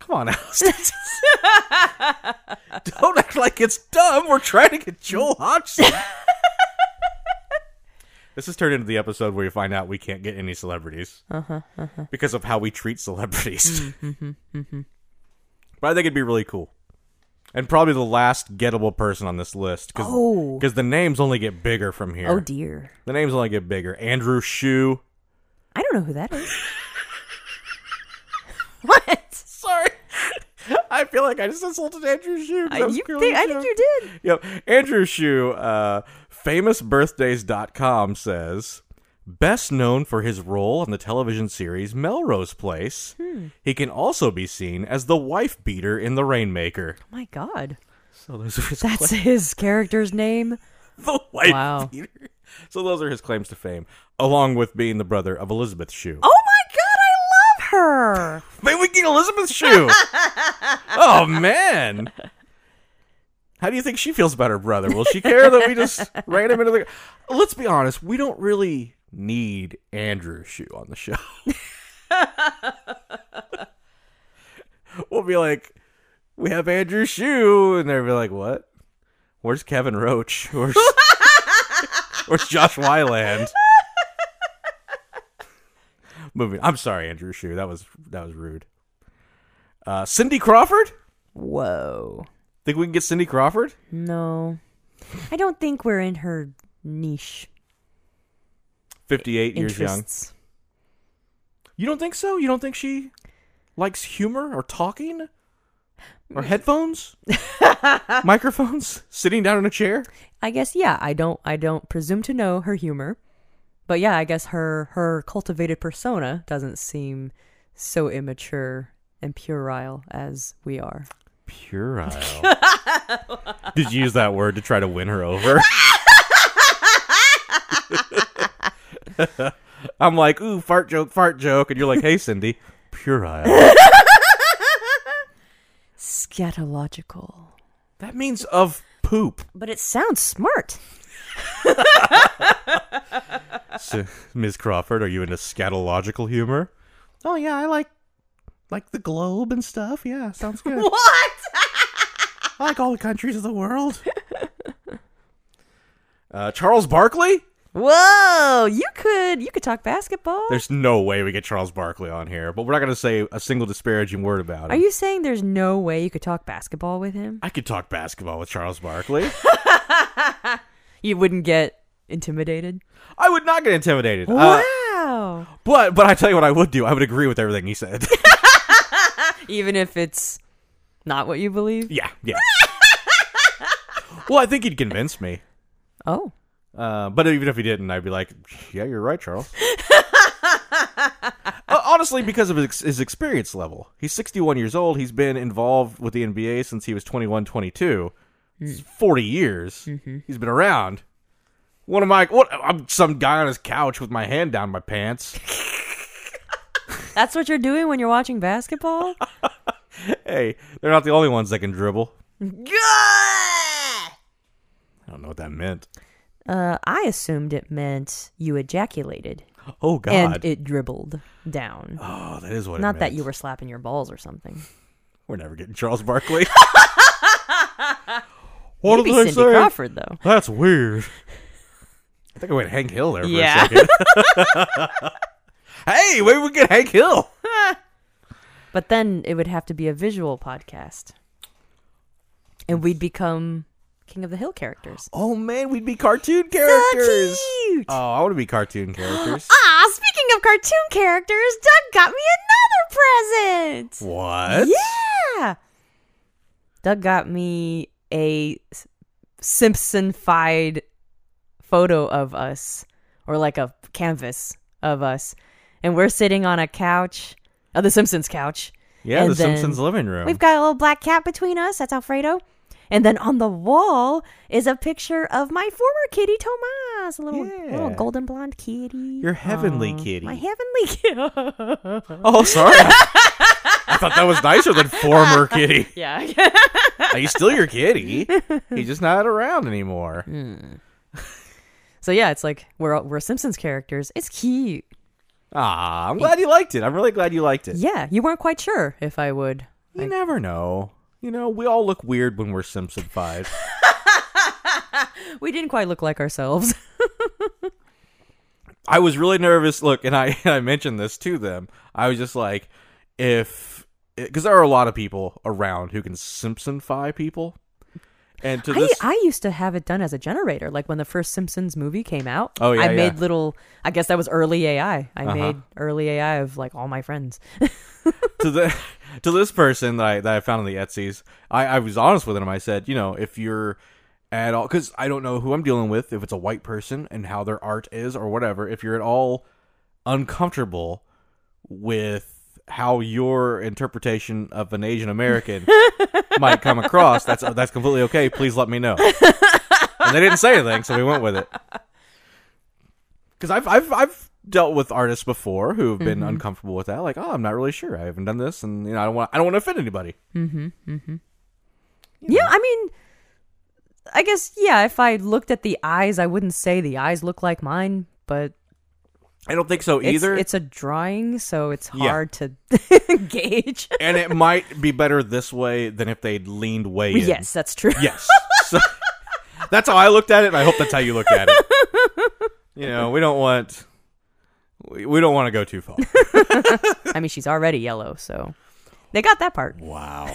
Speaker 1: come on Alex. don't act like it's dumb we're trying to get joel hodgson this has turned into the episode where you find out we can't get any celebrities because of how we treat celebrities. mm-hmm, but I think it'd be really cool. And probably the last gettable person on this list because
Speaker 2: Oh.
Speaker 1: the names only get bigger from here.
Speaker 2: Oh dear.
Speaker 1: the names only get bigger. Andrew Shue.
Speaker 2: I don't know who that is. what?
Speaker 1: Sorry. I feel like I just insulted Andrew Shue. 'cause
Speaker 2: I,
Speaker 1: that was
Speaker 2: you
Speaker 1: clearly
Speaker 2: think,
Speaker 1: a
Speaker 2: I think
Speaker 1: joke.
Speaker 2: you did.
Speaker 1: Yep. Andrew Shue, uh, famousbirthdays.com says, best known for his role on the television series Melrose Place,
Speaker 2: Hmm.
Speaker 1: he can also be seen as the wife beater in The Rainmaker.
Speaker 2: Oh my God.
Speaker 1: So those are his
Speaker 2: That's his character's name.
Speaker 1: the wife
Speaker 2: Wow.
Speaker 1: beater. So those are his claims to fame, along with being the brother of Elizabeth Shue.
Speaker 2: Oh my God, I love her.
Speaker 1: Maybe we can get Elizabeth Shue. oh man. How do you think she feels about her brother? Will she care that we just ran him into the Let's be honest, we don't really need Andrew Shue on the show. we'll be like, we have Andrew Shue, and they'll be like, What? Where's Kevin Roach? Where's Where's Josh Wyland? Moving. I'm sorry, Andrew Shue. That was that was rude. Uh, Cindy Crawford?
Speaker 2: Whoa.
Speaker 1: Think we can get Cindy Crawford?
Speaker 2: No. I don't think we're in her niche
Speaker 1: 58 years young.
Speaker 2: interests.
Speaker 1: You don't think so? You don't think she likes humor or talking? Or headphones? Microphones? Sitting down in a chair?
Speaker 2: I guess yeah, I don't I don't presume to know her humor. But yeah, I guess her her cultivated persona doesn't seem so immature and puerile as we are.
Speaker 1: Puerile. Did you use that word to try to win her over? I'm like, ooh, fart joke, fart joke. And you're like, hey, Cindy, puerile.
Speaker 2: Scatological.
Speaker 1: that means of poop.
Speaker 2: But it sounds smart.
Speaker 1: S- Ms. Crawford, are you into scatological humor? Oh yeah, I like like the globe and stuff. Yeah, sounds good. what? I like all the countries of the world. uh, Charles Barkley?
Speaker 2: Whoa, you could you could talk basketball.
Speaker 1: There's no way we get Charles Barkley on here, but we're not going to say a single disparaging word about him.
Speaker 2: Are you saying there's no way you could talk basketball with him?
Speaker 1: I could talk basketball with Charles Barkley.
Speaker 2: You wouldn't get intimidated.
Speaker 1: I would not get intimidated. Uh,
Speaker 2: wow.
Speaker 1: but but I tell you what I would do. I would agree with everything he said.
Speaker 2: Even if it's not what you believe.
Speaker 1: yeah, yeah. well, I think he'd convince me.
Speaker 2: Oh.
Speaker 1: Uh, but even if he didn't, I'd be like, yeah, you're right, Charles. Uh, Honestly, because of his, his experience level. He's 61 years old. He's been involved with the NBA since he was 21, 22. It's
Speaker 2: Hmm.
Speaker 1: 40 years.
Speaker 2: Mm-hmm.
Speaker 1: He's been around. What am I? What? I'm some guy on his couch with my hand down my pants.
Speaker 2: That's what you're doing when you're watching basketball?
Speaker 1: hey, they're not the only ones that can dribble. I don't know what that meant.
Speaker 2: Uh, I assumed it meant you ejaculated
Speaker 1: Oh, God.
Speaker 2: and it dribbled down.
Speaker 1: oh, that is what it
Speaker 2: Not that
Speaker 1: meant.
Speaker 2: you were slapping your balls or something.
Speaker 1: We're never getting Charles Barkley. what
Speaker 2: Maybe
Speaker 1: did I
Speaker 2: Cindy
Speaker 1: say?
Speaker 2: Crawford though.
Speaker 1: That's weird. I think I went Hank Hill there for
Speaker 2: Yeah.
Speaker 1: a second. hey, maybe we get Hank Hill.
Speaker 2: But then it would have to be a visual podcast. And we'd become King of the Hill characters.
Speaker 1: Oh man, we'd be cartoon characters.
Speaker 2: Cute.
Speaker 1: Oh, I want to be cartoon characters.
Speaker 3: Ah, speaking of cartoon characters, Doug got me another present.
Speaker 1: what?
Speaker 2: Yeah. Doug got me a S- Simpson-fied photo of us, or like a canvas of us, and we're sitting on a couch, oh, the Simpsons couch.
Speaker 1: Yeah,
Speaker 2: And
Speaker 1: the
Speaker 2: then
Speaker 1: Simpsons living room.
Speaker 2: We've got a little black cat between us. That's Alfredo. And then on the wall is a picture of my former kitty Tomas, a little, little
Speaker 1: Yeah.
Speaker 2: golden blonde kitty.
Speaker 1: Your heavenly kitty.
Speaker 2: Oh, my heavenly kitty.
Speaker 1: oh, sorry. I thought that was nicer than former kitty.
Speaker 2: yeah.
Speaker 1: Now, He's still your kitty. He's just not around anymore.
Speaker 2: Hmm. So yeah, it's like we're all- we're Simpsons characters. It's cute.
Speaker 1: Ah, I'm glad you liked it. I'm really glad you liked it.
Speaker 2: Yeah, you weren't quite sure if I would.
Speaker 1: You never know. You know, we all look weird when we're Simpson five.
Speaker 2: We didn't quite look like ourselves.
Speaker 1: I was really nervous. Look, and I I mentioned this to them. I was just like, if because there are a lot of people around who can Simpsonify people, and to
Speaker 2: I,
Speaker 1: this,
Speaker 2: I used to have it done as a generator. Like when the first Simpsons movie came out,
Speaker 1: Oh, yeah,
Speaker 2: I
Speaker 1: yeah. Uh-huh.
Speaker 2: made little. I guess that was early AI. I made early AI of like all my friends.
Speaker 1: to the to this person that I that I found on the Etsy's, I I was honest with him. I said, you know, if you're at all, because I don't know who I'm dealing with, if it's a white person and how their art is or whatever. If you're at all uncomfortable with how your interpretation of an Asian American might come across, that's that's completely okay. Please let me know. and they didn't say anything, so we went with it. Because I've I've I've dealt with artists before who have been
Speaker 2: Mm-hmm.
Speaker 1: uncomfortable with that. Like, oh, I'm not really sure. I haven't done this, and you know, I don't want I don't want to offend anybody.
Speaker 2: Yeah, I mean, I guess yeah. If I looked at the eyes, I wouldn't say the eyes look like mine, but
Speaker 1: I don't think so
Speaker 2: it's,
Speaker 1: either.
Speaker 2: it's a drawing, so it's
Speaker 1: Yeah.
Speaker 2: hard to gauge.
Speaker 1: and it might be better this way than if they'd leaned way in.
Speaker 2: Yes, that's true.
Speaker 1: Yes. So, that's how I looked at it, and I hope that's how you looked at it. You know, we don't want we, we don't want to go too far.
Speaker 2: I mean, she's already yellow, so they got that part.
Speaker 1: Wow.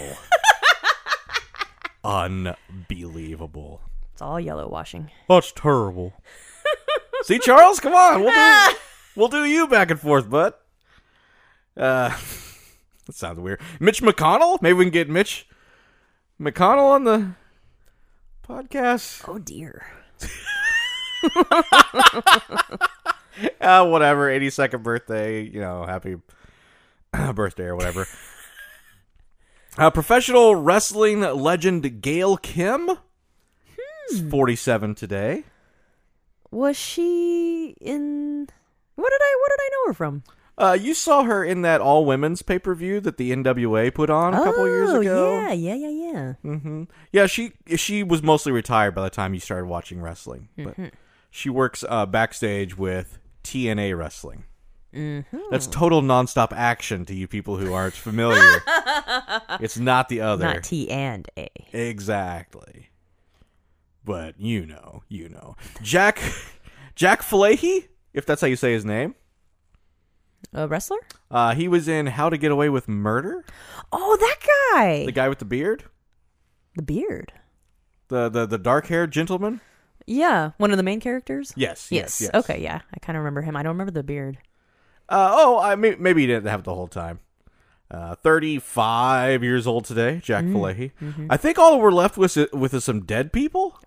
Speaker 1: Unbelievable.
Speaker 2: It's all yellow washing.
Speaker 1: That's terrible. See, Charles, come on, we'll do we'll do you back and forth, bud. Uh, that sounds weird. Mitch McConnell, maybe we can get Mitch McConnell on the podcast.
Speaker 2: Oh dear.
Speaker 1: Uh, whatever, eighty second birthday, you know, happy birthday or whatever. uh, professional wrestling legend Gail Kim, is forty seven today.
Speaker 2: Was she in? What did I? What did I know her from?
Speaker 1: Uh, you saw her in that all women's pay per view that the NWA put on a couple years
Speaker 2: Oh,
Speaker 1: ago.
Speaker 2: Yeah, yeah, yeah, yeah.
Speaker 1: Yeah, she she was mostly retired by the time you started watching wrestling,
Speaker 2: Mm-hmm.
Speaker 1: but she works uh, backstage with TNA wrestling. Mm-hmm. That's total nonstop action to you people who aren't familiar. it's not the other,
Speaker 2: Not T and A.
Speaker 1: exactly. But you know, you know, Jack Jack Flaherty, if that's how you say his name.
Speaker 2: A wrestler?
Speaker 1: Uh, he was in How to Get Away with Murder.
Speaker 2: Oh, that guy.
Speaker 1: The
Speaker 2: The,
Speaker 1: guy with the beard?
Speaker 2: beard.
Speaker 1: The the, the dark haired gentleman?
Speaker 2: Yeah, one of the main characters.
Speaker 1: Yes, yes, yes.
Speaker 2: Okay, yeah, I kind of remember him. I don't remember the beard.
Speaker 1: Uh, oh, I may, maybe he didn't have it the whole time. Uh, 35 years old today, Jack Fillehy. I think all we're left with is, with is some dead people.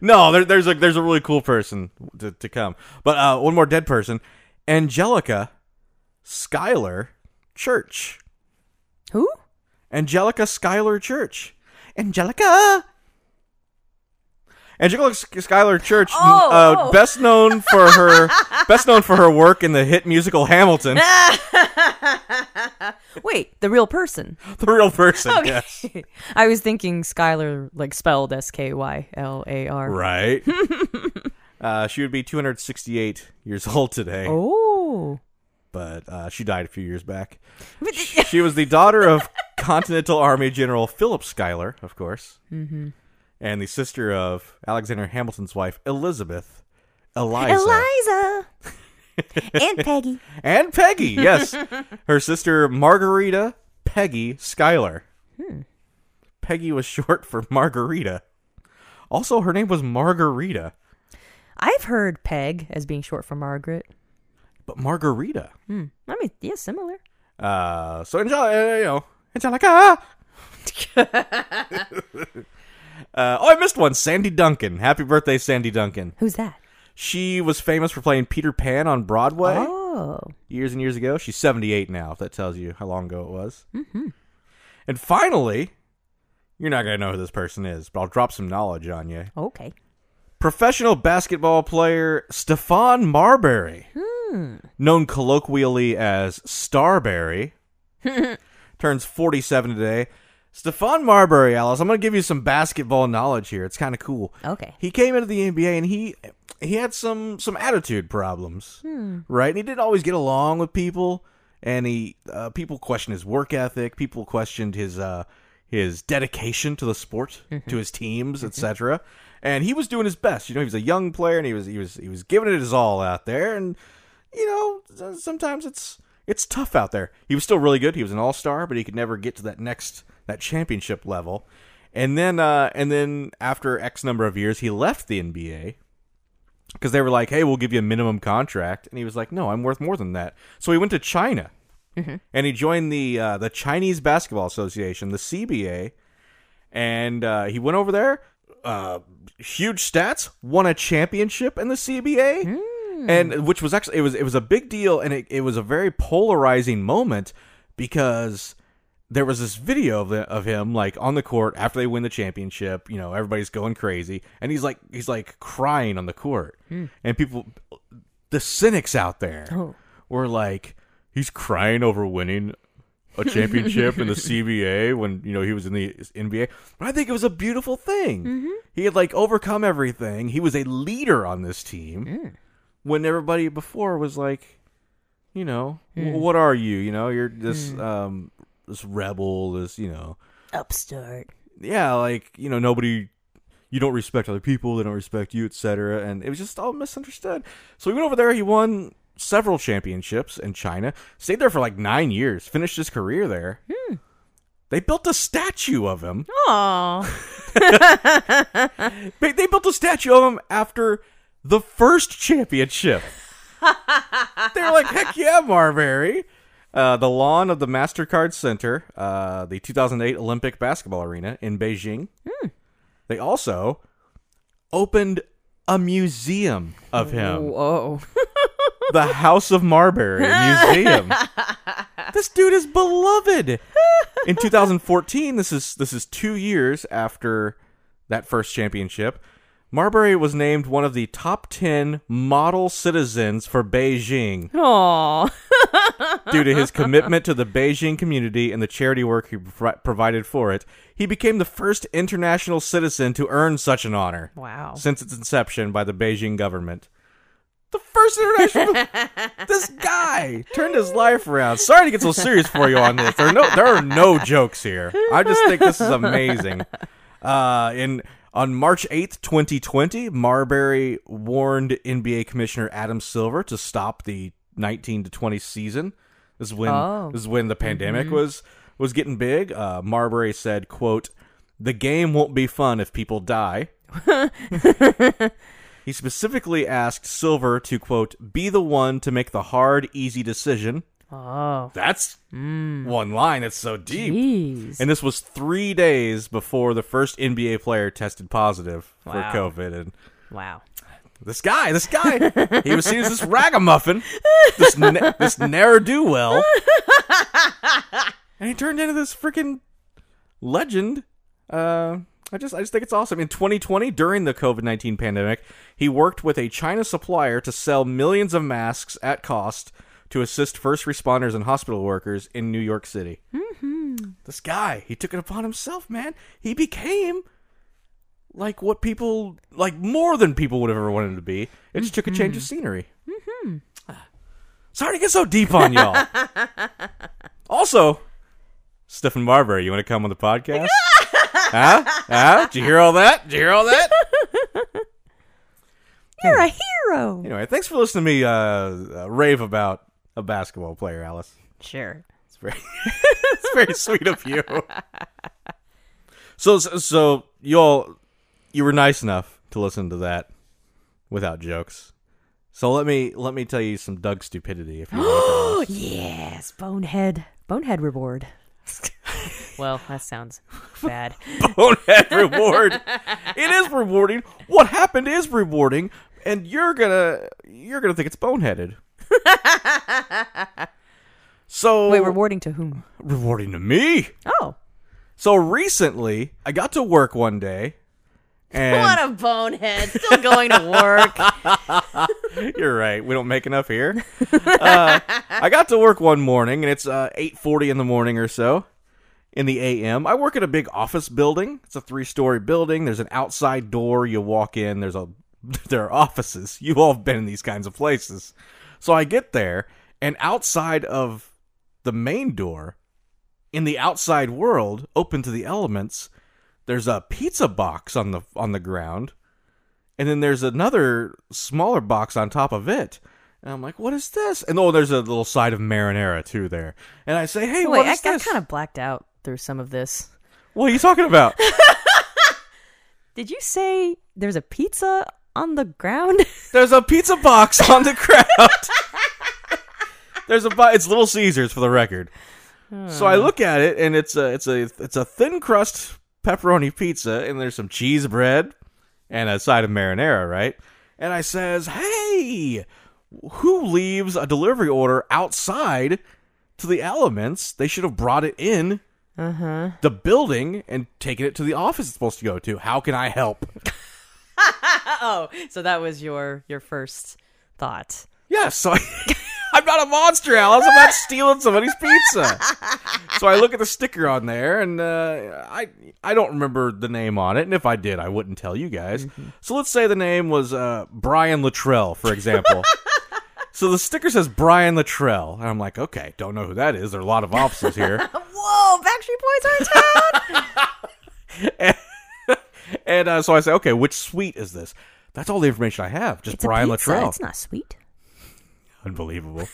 Speaker 1: no, there, there's a there's a really cool person to, to come, but uh, one more dead person, Angelica Schuyler Church.
Speaker 2: Who?
Speaker 1: Angelica Schuyler Church. Angelica. Angelica Sch- Schuyler Church, n-
Speaker 2: Oh,
Speaker 1: uh,
Speaker 2: oh.
Speaker 1: best known for her best known for her work in the hit musical Hamilton,
Speaker 2: Wait, the real person.
Speaker 1: the real person. Yes,
Speaker 2: I was thinking Skylar, like spelled S K Y L A R.
Speaker 1: right. uh, she would be 268 years old today,
Speaker 2: Oh.
Speaker 1: but uh, she died a few years back. Sh- she was the daughter of Continental Army General Philip Schuyler, of course, mm-hmm. and the sister of Alexander Hamilton's wife Elizabeth Eliza.
Speaker 3: Eliza. and Peggy.
Speaker 1: and Peggy. Yes, her sister Margarita Peggy Schuyler. Peggy was short for Margarita. Also, her name was Margarita,
Speaker 2: I've heard Peg as being short for Margaret.
Speaker 1: but Margarita.
Speaker 2: Hmm. I mean, yeah, similar.
Speaker 1: Uh, so Angelica, you know, Angelica. uh, oh, I missed one. Sandy Duncan. Happy birthday, Sandy Duncan.
Speaker 2: Who's that?
Speaker 1: She was famous for playing Peter Pan on Broadway
Speaker 2: Oh,
Speaker 1: years and years ago. She's 78 now, if that tells you how long ago it was. Mm-hmm. And finally, you're not going to know who this person is, but I'll drop some knowledge on you.
Speaker 2: okay.
Speaker 1: Professional basketball player Stefan Marbury, known colloquially as Starberry, turns 47 today. Stefan Marbury, Alice, I'm going to give you some basketball knowledge here. It's kind of cool.
Speaker 2: Okay.
Speaker 1: He came into the NBA and he he had some some attitude problems, right? And he didn't always get along with people, and he uh, people questioned his work ethic, people questioned his uh, his dedication to the sport, to his teams, etc. And he was doing his best. You know, he was a young player and he was he was he was giving it his all out there. And you know, s- sometimes it's it's tough out there. He was still really good. He was an all star, but he could never get to that next that championship level. And then uh, and then after X number of years, he left the NBA because they were like, "Hey, we'll give you a minimum contract," and he was like, "No, I'm worth more than that." So he went to China, and he joined the uh, the Chinese Basketball Association, the CBA, and uh, he went over there. Uh, huge stats, won a championship in the CBA, and which was actually it was it was a big deal, and it, it was a very polarizing moment because there was this video of, the, of him like on the court after they win the championship you know everybody's going crazy and he's like he's like crying on the court and people the cynics out there
Speaker 2: Oh.
Speaker 1: were like he's crying over winning a championship in the CBA when you know he was in the NBA but I think it was a beautiful thing he had like overcome everything he was a leader on this team when everybody before was like, you know, "W- what are you? You know, you're this um this rebel, this you know,
Speaker 2: Upstart.
Speaker 1: yeah, like you know, nobody, you don't respect other people, they don't respect you, etc. And it was just all misunderstood. So he went over there. He won several championships in China, stayed there for like nine years, finished his career there. They built a statue of him.
Speaker 2: Oh,
Speaker 1: They, they built a statue of him after the first championship. they were like, heck yeah, Marbury. Uh, the lawn of the MasterCard Center, uh, the 2008 Olympic basketball arena in Beijing. They also opened a museum of him,
Speaker 2: whoa.
Speaker 1: the House of Marbury Museum. this dude is beloved. In 2014, this is this is 2 years after that first championship, Marbury was named one of the top 10 model citizens for Beijing
Speaker 2: Oh,
Speaker 1: due to his commitment to the Beijing community and the charity work he pro- provided for it. He became the first international citizen to earn such an honor
Speaker 2: wow.
Speaker 1: since its inception by the Beijing government. The first international. this guy turned his life around. Sorry to get so serious for you on this. There are no, there are no jokes here. I just think this is amazing. Uh, in on March eighth, twenty twenty, Marbury warned NBA Commissioner Adam Silver to stop the nineteen to twenty season. This is when
Speaker 2: Oh.
Speaker 1: this is when the pandemic was was getting big. Uh, Marbury said, "quote The game won't be fun if people die." He specifically asked Silver to quote be the one to make the hard, easy decision.
Speaker 2: Oh, Hmm.
Speaker 1: That's one line. That's so deep.
Speaker 2: jeez.
Speaker 1: And this was three days before the first NBA player tested positive
Speaker 2: Wow.
Speaker 1: for COVID. And
Speaker 2: Wow.
Speaker 1: this guy, this guy, he was seen as this ragamuffin, this ne- this ne'er do well, and he turned into this freaking legend. Uh, I just I just think it's awesome. In 2020, during the COVID 19 pandemic, he worked with a China supplier to sell millions of masks at cost to assist first responders and hospital workers in New York City. Mm-hmm. This guy, he took it upon himself, man. He became like what people like more than people would have ever wanted him to be. It just took a change of scenery. Mm-hmm. Sorry to get so deep on y'all. also, Stephen Marbury, you want to come on the podcast? huh? Huh? Did you hear all that? Did you hear all that?
Speaker 2: You're
Speaker 1: Hmm.
Speaker 2: a hero.
Speaker 1: anyway, thanks for listening to me uh, uh, rave about a basketball player, Alice.
Speaker 2: Sure.
Speaker 1: It's very, it's very sweet of you. So so, so y'all, you were nice enough to listen to that without jokes. So let me let me tell you some Doug stupidity if you want. to.
Speaker 2: Oh, Yes, bonehead. Bonehead reward. well, that sounds bad.
Speaker 1: bonehead reward. It is rewarding. What happened is rewarding, and you're gonna you're gonna think it's boneheaded. so
Speaker 2: Wait, rewarding to whom?
Speaker 1: rewarding to me.
Speaker 2: Oh.
Speaker 1: So recently, I got to work one day, and
Speaker 2: What a bonehead. Still going to work.
Speaker 1: You're right. We don't make enough here. Uh, I got to work one morning, and it's uh, 8:40 in the morning or so, in the a.m. I work at a big office building. It's a three-story building. There's an outside door. You walk in. There's a there are offices. You've all been in these kinds of places. So I get there, and outside of the main door, in the outside world, open to the elements, there's a pizza box on the on the ground and then there's another smaller box on top of it. And I'm like, what is this? And oh, there's a little side of marinara too there. And I say, hey,
Speaker 2: Wait,
Speaker 1: what
Speaker 2: I, I
Speaker 1: is this?
Speaker 2: kind of blacked out through some of this.
Speaker 1: What are you talking about?
Speaker 2: Did you say there's a pizza on the ground?
Speaker 1: there's a pizza box on the ground. there's a bo- it's Little Caesars for the record. So I look at it and it's a it's a it's a thin crust pepperoni pizza and there's some cheese bread and a side of marinara, right? And I says, "Hey, who leaves a delivery order outside to the elements? They should have brought it in." The building and taken it to the office it's supposed to go to. How can I help?
Speaker 2: oh, so that was your your first thought.
Speaker 1: Yes, so I, I'm not a monster, Alice. I'm not stealing somebody's pizza. So I look at the sticker on there, and uh, I I don't remember the name on it, and if I did, I wouldn't tell you guys.
Speaker 2: Mm-hmm.
Speaker 1: So let's say the name was uh, Brian Luttrell, for example. so the sticker says Brian Luttrell, and I'm like, okay, don't know who that is. There are a lot of offices here,
Speaker 2: Uh, Whoa, Backstreet Boys are in town.
Speaker 1: and uh, so I say, okay, which suite is this? That's all the information I have. Just
Speaker 2: It's a
Speaker 1: Brian
Speaker 2: pizza.
Speaker 1: Luttrell.
Speaker 2: It's not sweet.
Speaker 1: Unbelievable.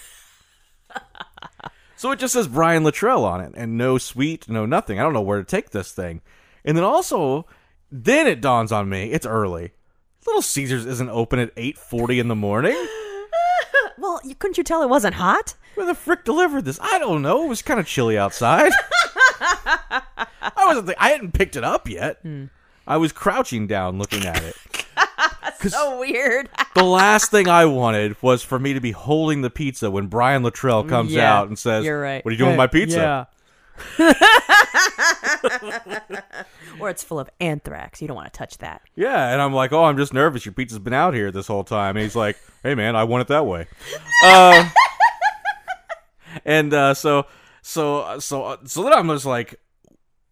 Speaker 1: so it just says Brian Luttrell on it and no sweet, no nothing. I don't know where to take this thing. And then also, then it dawns on me, it's early. Little Caesars isn't open at 8:40 in the morning.
Speaker 2: Well, you couldn't you tell it wasn't hot?
Speaker 1: Where the frick delivered this? I don't know. It was kind of chilly outside. I wasn't thi- I hadn't picked it up yet.
Speaker 2: Hmm.
Speaker 1: I was crouching down looking at it.
Speaker 2: So weird.
Speaker 1: the last thing I wanted was for me to be holding the pizza when Brian Luttrell comes
Speaker 2: Yeah,
Speaker 1: out and says,
Speaker 2: you're right.
Speaker 1: What are you doing with my pizza?
Speaker 2: or it's full of anthrax. You don't want to touch that.
Speaker 1: Yeah, and I'm like, oh, I'm just nervous. Your pizza's been out here this whole time. And he's like, hey, man, I want it that way. Uh, and uh, so, so, so, so then I'm just like,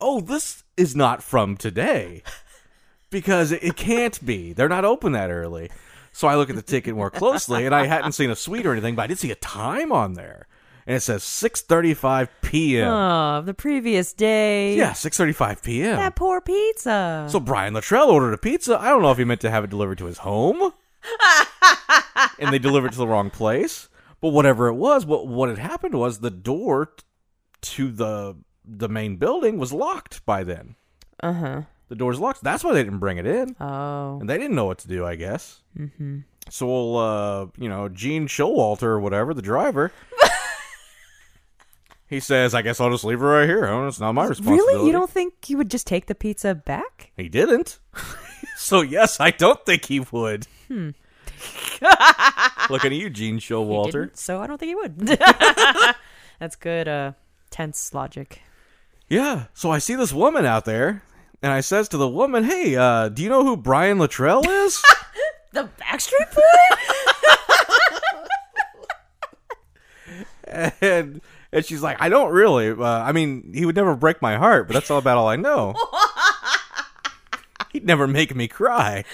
Speaker 1: oh, this is not from today because it, it can't be. They're not open that early. So I look at the ticket more closely, and I hadn't seen a suite or anything, but I did see a time on there, and it says 6:35 p.m.
Speaker 2: Oh, the previous day.
Speaker 1: yeah, 6:35 p.m.
Speaker 2: That poor pizza.
Speaker 1: So Brian Luttrell ordered a pizza. I don't know if he meant to have it delivered to his home, and they delivered it to the wrong place. But whatever it was, what what had happened was the door t- to the the main building was locked by then.
Speaker 2: uh huh.
Speaker 1: The door's locked. That's why they didn't bring it in,
Speaker 2: Oh.
Speaker 1: and they didn't know what to do. I guess. Mm-hmm. So, uh, you know, Gene Showalter or whatever, the driver. He says, "I guess I'll just leave it right here. I don't- It's not my responsibility."
Speaker 2: Really? You don't think you would just take the pizza back?
Speaker 1: He didn't. so yes, I don't think he would. Looking at you, Gene Showalter.
Speaker 2: Didn't, so I don't think he would. That's good uh tense logic.
Speaker 1: Yeah. So I see this woman out there, and I says to the woman, "Hey, uh, do you know who Brian Luttrell is?"
Speaker 2: The Backstreet Boy?
Speaker 1: and and she's like, "I don't really. Uh, I mean, he would never break my heart, but that's all about all I know. He'd never make me cry.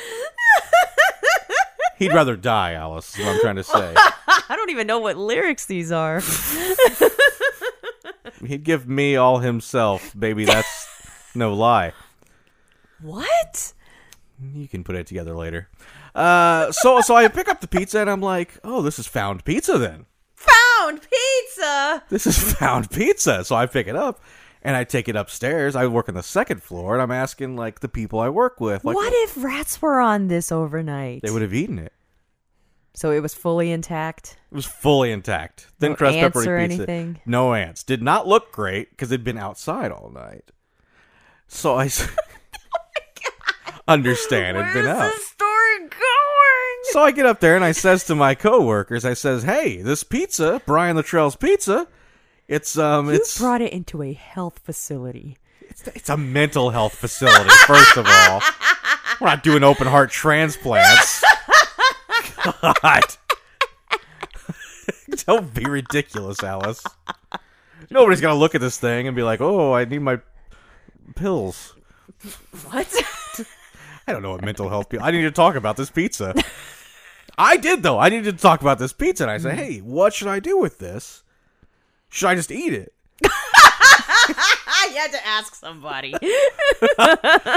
Speaker 1: He'd rather die, Alice. Is what I'm trying to say."
Speaker 2: I don't even know what lyrics these are.
Speaker 1: He'd give me all himself, baby. That's no lie.
Speaker 2: what?
Speaker 1: You can put it together later. Uh, so so I pick up the pizza and I'm like, oh, this is found pizza then.
Speaker 2: Found pizza.
Speaker 1: This is found pizza. So I pick it up And I take it upstairs. I work on the second floor, and I'm asking like the people I work with, like
Speaker 2: what if rats were on this overnight?
Speaker 1: they would have eaten it.
Speaker 2: So it was fully intact.
Speaker 1: It was fully intact. Then
Speaker 2: No
Speaker 1: crust
Speaker 2: ants
Speaker 1: pepperoni
Speaker 2: or
Speaker 1: pizza.
Speaker 2: anything?
Speaker 1: No ants. Did not look great because they'd been outside all night. So I
Speaker 2: Oh
Speaker 1: s- understand. it'd been out.
Speaker 2: story going?
Speaker 1: So I get up there and I says to my coworkers, I says, "Hey, this pizza, Brian Latrell's pizza, it's um,
Speaker 2: You
Speaker 1: it's
Speaker 2: brought it into a health facility.
Speaker 1: it's it's a mental health facility. First of all, we're not doing open heart transplants. God, don't be ridiculous, Alice. Nobody's gonna look at this thing and be like, "Oh, I need my pills."
Speaker 2: What?
Speaker 1: I don't know what mental health people. I need to talk about this pizza. I did though. I needed to talk about this pizza, and I said, "Hey, what should I do with this? Should I just eat it?
Speaker 2: I had to ask somebody.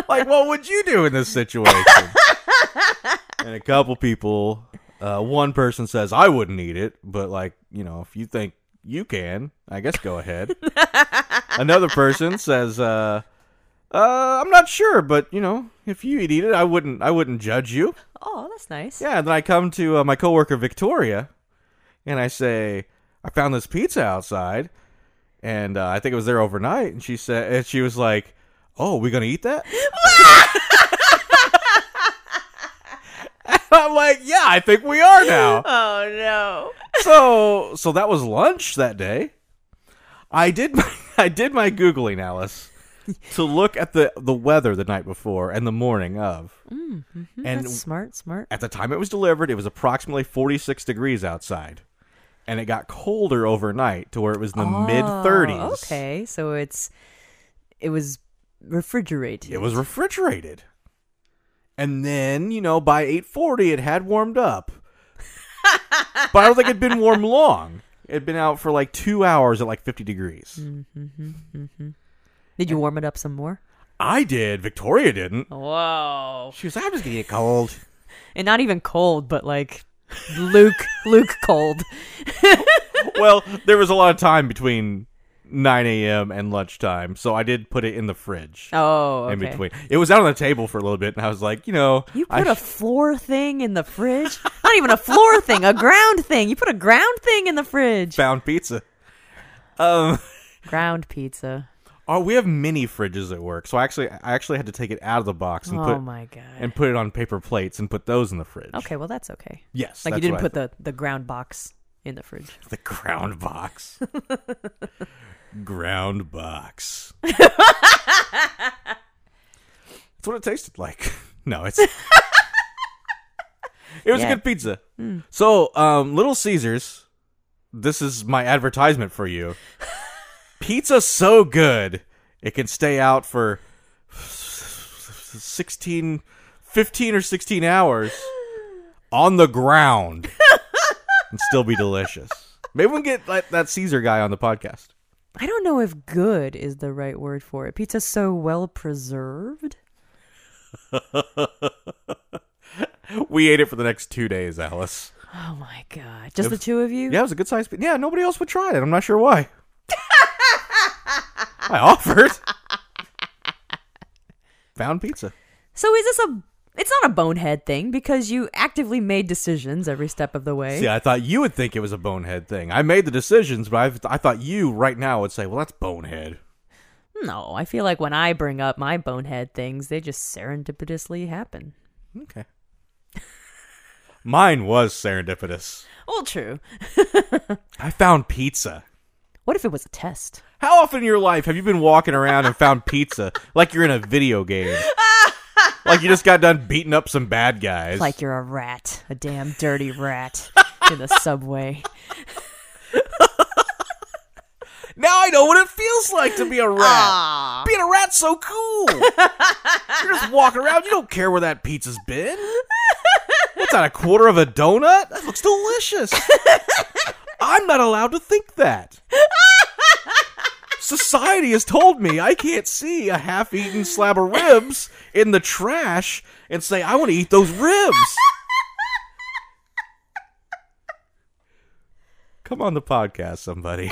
Speaker 1: Like, what would you do in this situation?" and a couple people, uh, one person says, "I wouldn't eat it," but like, you know, if you think you can, I guess go ahead. Another person says, uh, uh, "I'm not sure, but you know, if you eat it, I wouldn't. I wouldn't judge you."
Speaker 2: oh, that's nice.
Speaker 1: Yeah, and then I come to uh, my coworker Victoria, and I say, "I found this pizza outside, and uh, I think it was there overnight." And she said, and she was like, "Oh, we gonna eat that?" And I'm like, "Yeah, I think we are now."
Speaker 2: Oh no.
Speaker 1: So, so that was lunch that day. I did my, I did my googling, Alice, to look at the the weather the night before and the morning of, and
Speaker 2: That's smart, smart.
Speaker 1: at the time it was delivered, it was approximately 46 degrees outside. And it got colder overnight to where it was in the mid 30s.
Speaker 2: Oh, Okay, so it's it was refrigerated.
Speaker 1: It was refrigerated. And then, you know, by 8:40 it had warmed up. but I don't think it'd been warm long. It'd been out for like 2 hours at like 50 degrees.
Speaker 2: Did you warm it up some more?
Speaker 1: I did, Victoria didn't.
Speaker 2: Whoa.
Speaker 1: She was like, "I'm just going to get cold."
Speaker 2: And not even cold, but like Luke Luke cold.
Speaker 1: well, there was a lot of time between 9 a.m. and lunchtime, so I did put it in the fridge.
Speaker 2: Oh, okay.
Speaker 1: in between. It was out on the table for a little bit, and I was like, you know,
Speaker 2: You
Speaker 1: I
Speaker 2: put a
Speaker 1: sh-
Speaker 2: floor thing in the fridge? Not even a floor thing, a ground thing. You put a ground thing in the fridge.
Speaker 1: found pizza. Um,
Speaker 2: Ground pizza.
Speaker 1: oh, we have mini fridges at work, so I actually, I actually had to take it out of the box and
Speaker 2: Oh
Speaker 1: put
Speaker 2: my god.
Speaker 1: and put it on paper plates and put those in the fridge.
Speaker 2: Okay, well that's okay.
Speaker 1: Yes,
Speaker 2: Like you
Speaker 1: that's
Speaker 2: didn't
Speaker 1: what I
Speaker 2: put the the ground box in the fridge.
Speaker 1: thought. the ground box. ground box. that's what it tasted like. No, it's. it was
Speaker 2: Yeah.
Speaker 1: a good pizza. So, um, Little Caesars, this is my advertisement for you. Pizza so good, it can stay out for 16, 15 or 16 hours on the ground and still be delicious. Maybe we can get like, that Caesar guy on the podcast.
Speaker 2: I don't know if good is the right word for it. Pizza's so well preserved.
Speaker 1: We ate it for the next two days, Alice.
Speaker 2: Oh my god. Just the two of you?
Speaker 1: Yeah, it was a good size. Yeah, nobody else would try it. I'm not sure why. I offered. Found pizza.
Speaker 2: So is this a it's not a bonehead thing because you actively made decisions every step of the way.
Speaker 1: See, I thought you would think it was a bonehead thing. I made the decisions, but I've, I thought you right now would say, well, that's bonehead.
Speaker 2: No, I feel like when I bring up my bonehead things, they just serendipitously happen.
Speaker 1: Okay. Mine was serendipitous.
Speaker 2: All true.
Speaker 1: I found pizza.
Speaker 2: What if it was a test?
Speaker 1: How often in your life have you been walking around and found pizza like you're in a video game? like you just got done beating up some bad guys.
Speaker 2: Like you're a rat, a damn dirty rat in the subway.
Speaker 1: now I know what it feels like to be a rat. Being a rat's so cool. you're just walking around, you don't care where that pizza's been. What's that, a quarter of a donut? That looks delicious. I'm not allowed to think that. Society has told me I can't see a half eaten slab of ribs in the trash and say, I want to eat those ribs. Come on the podcast, somebody.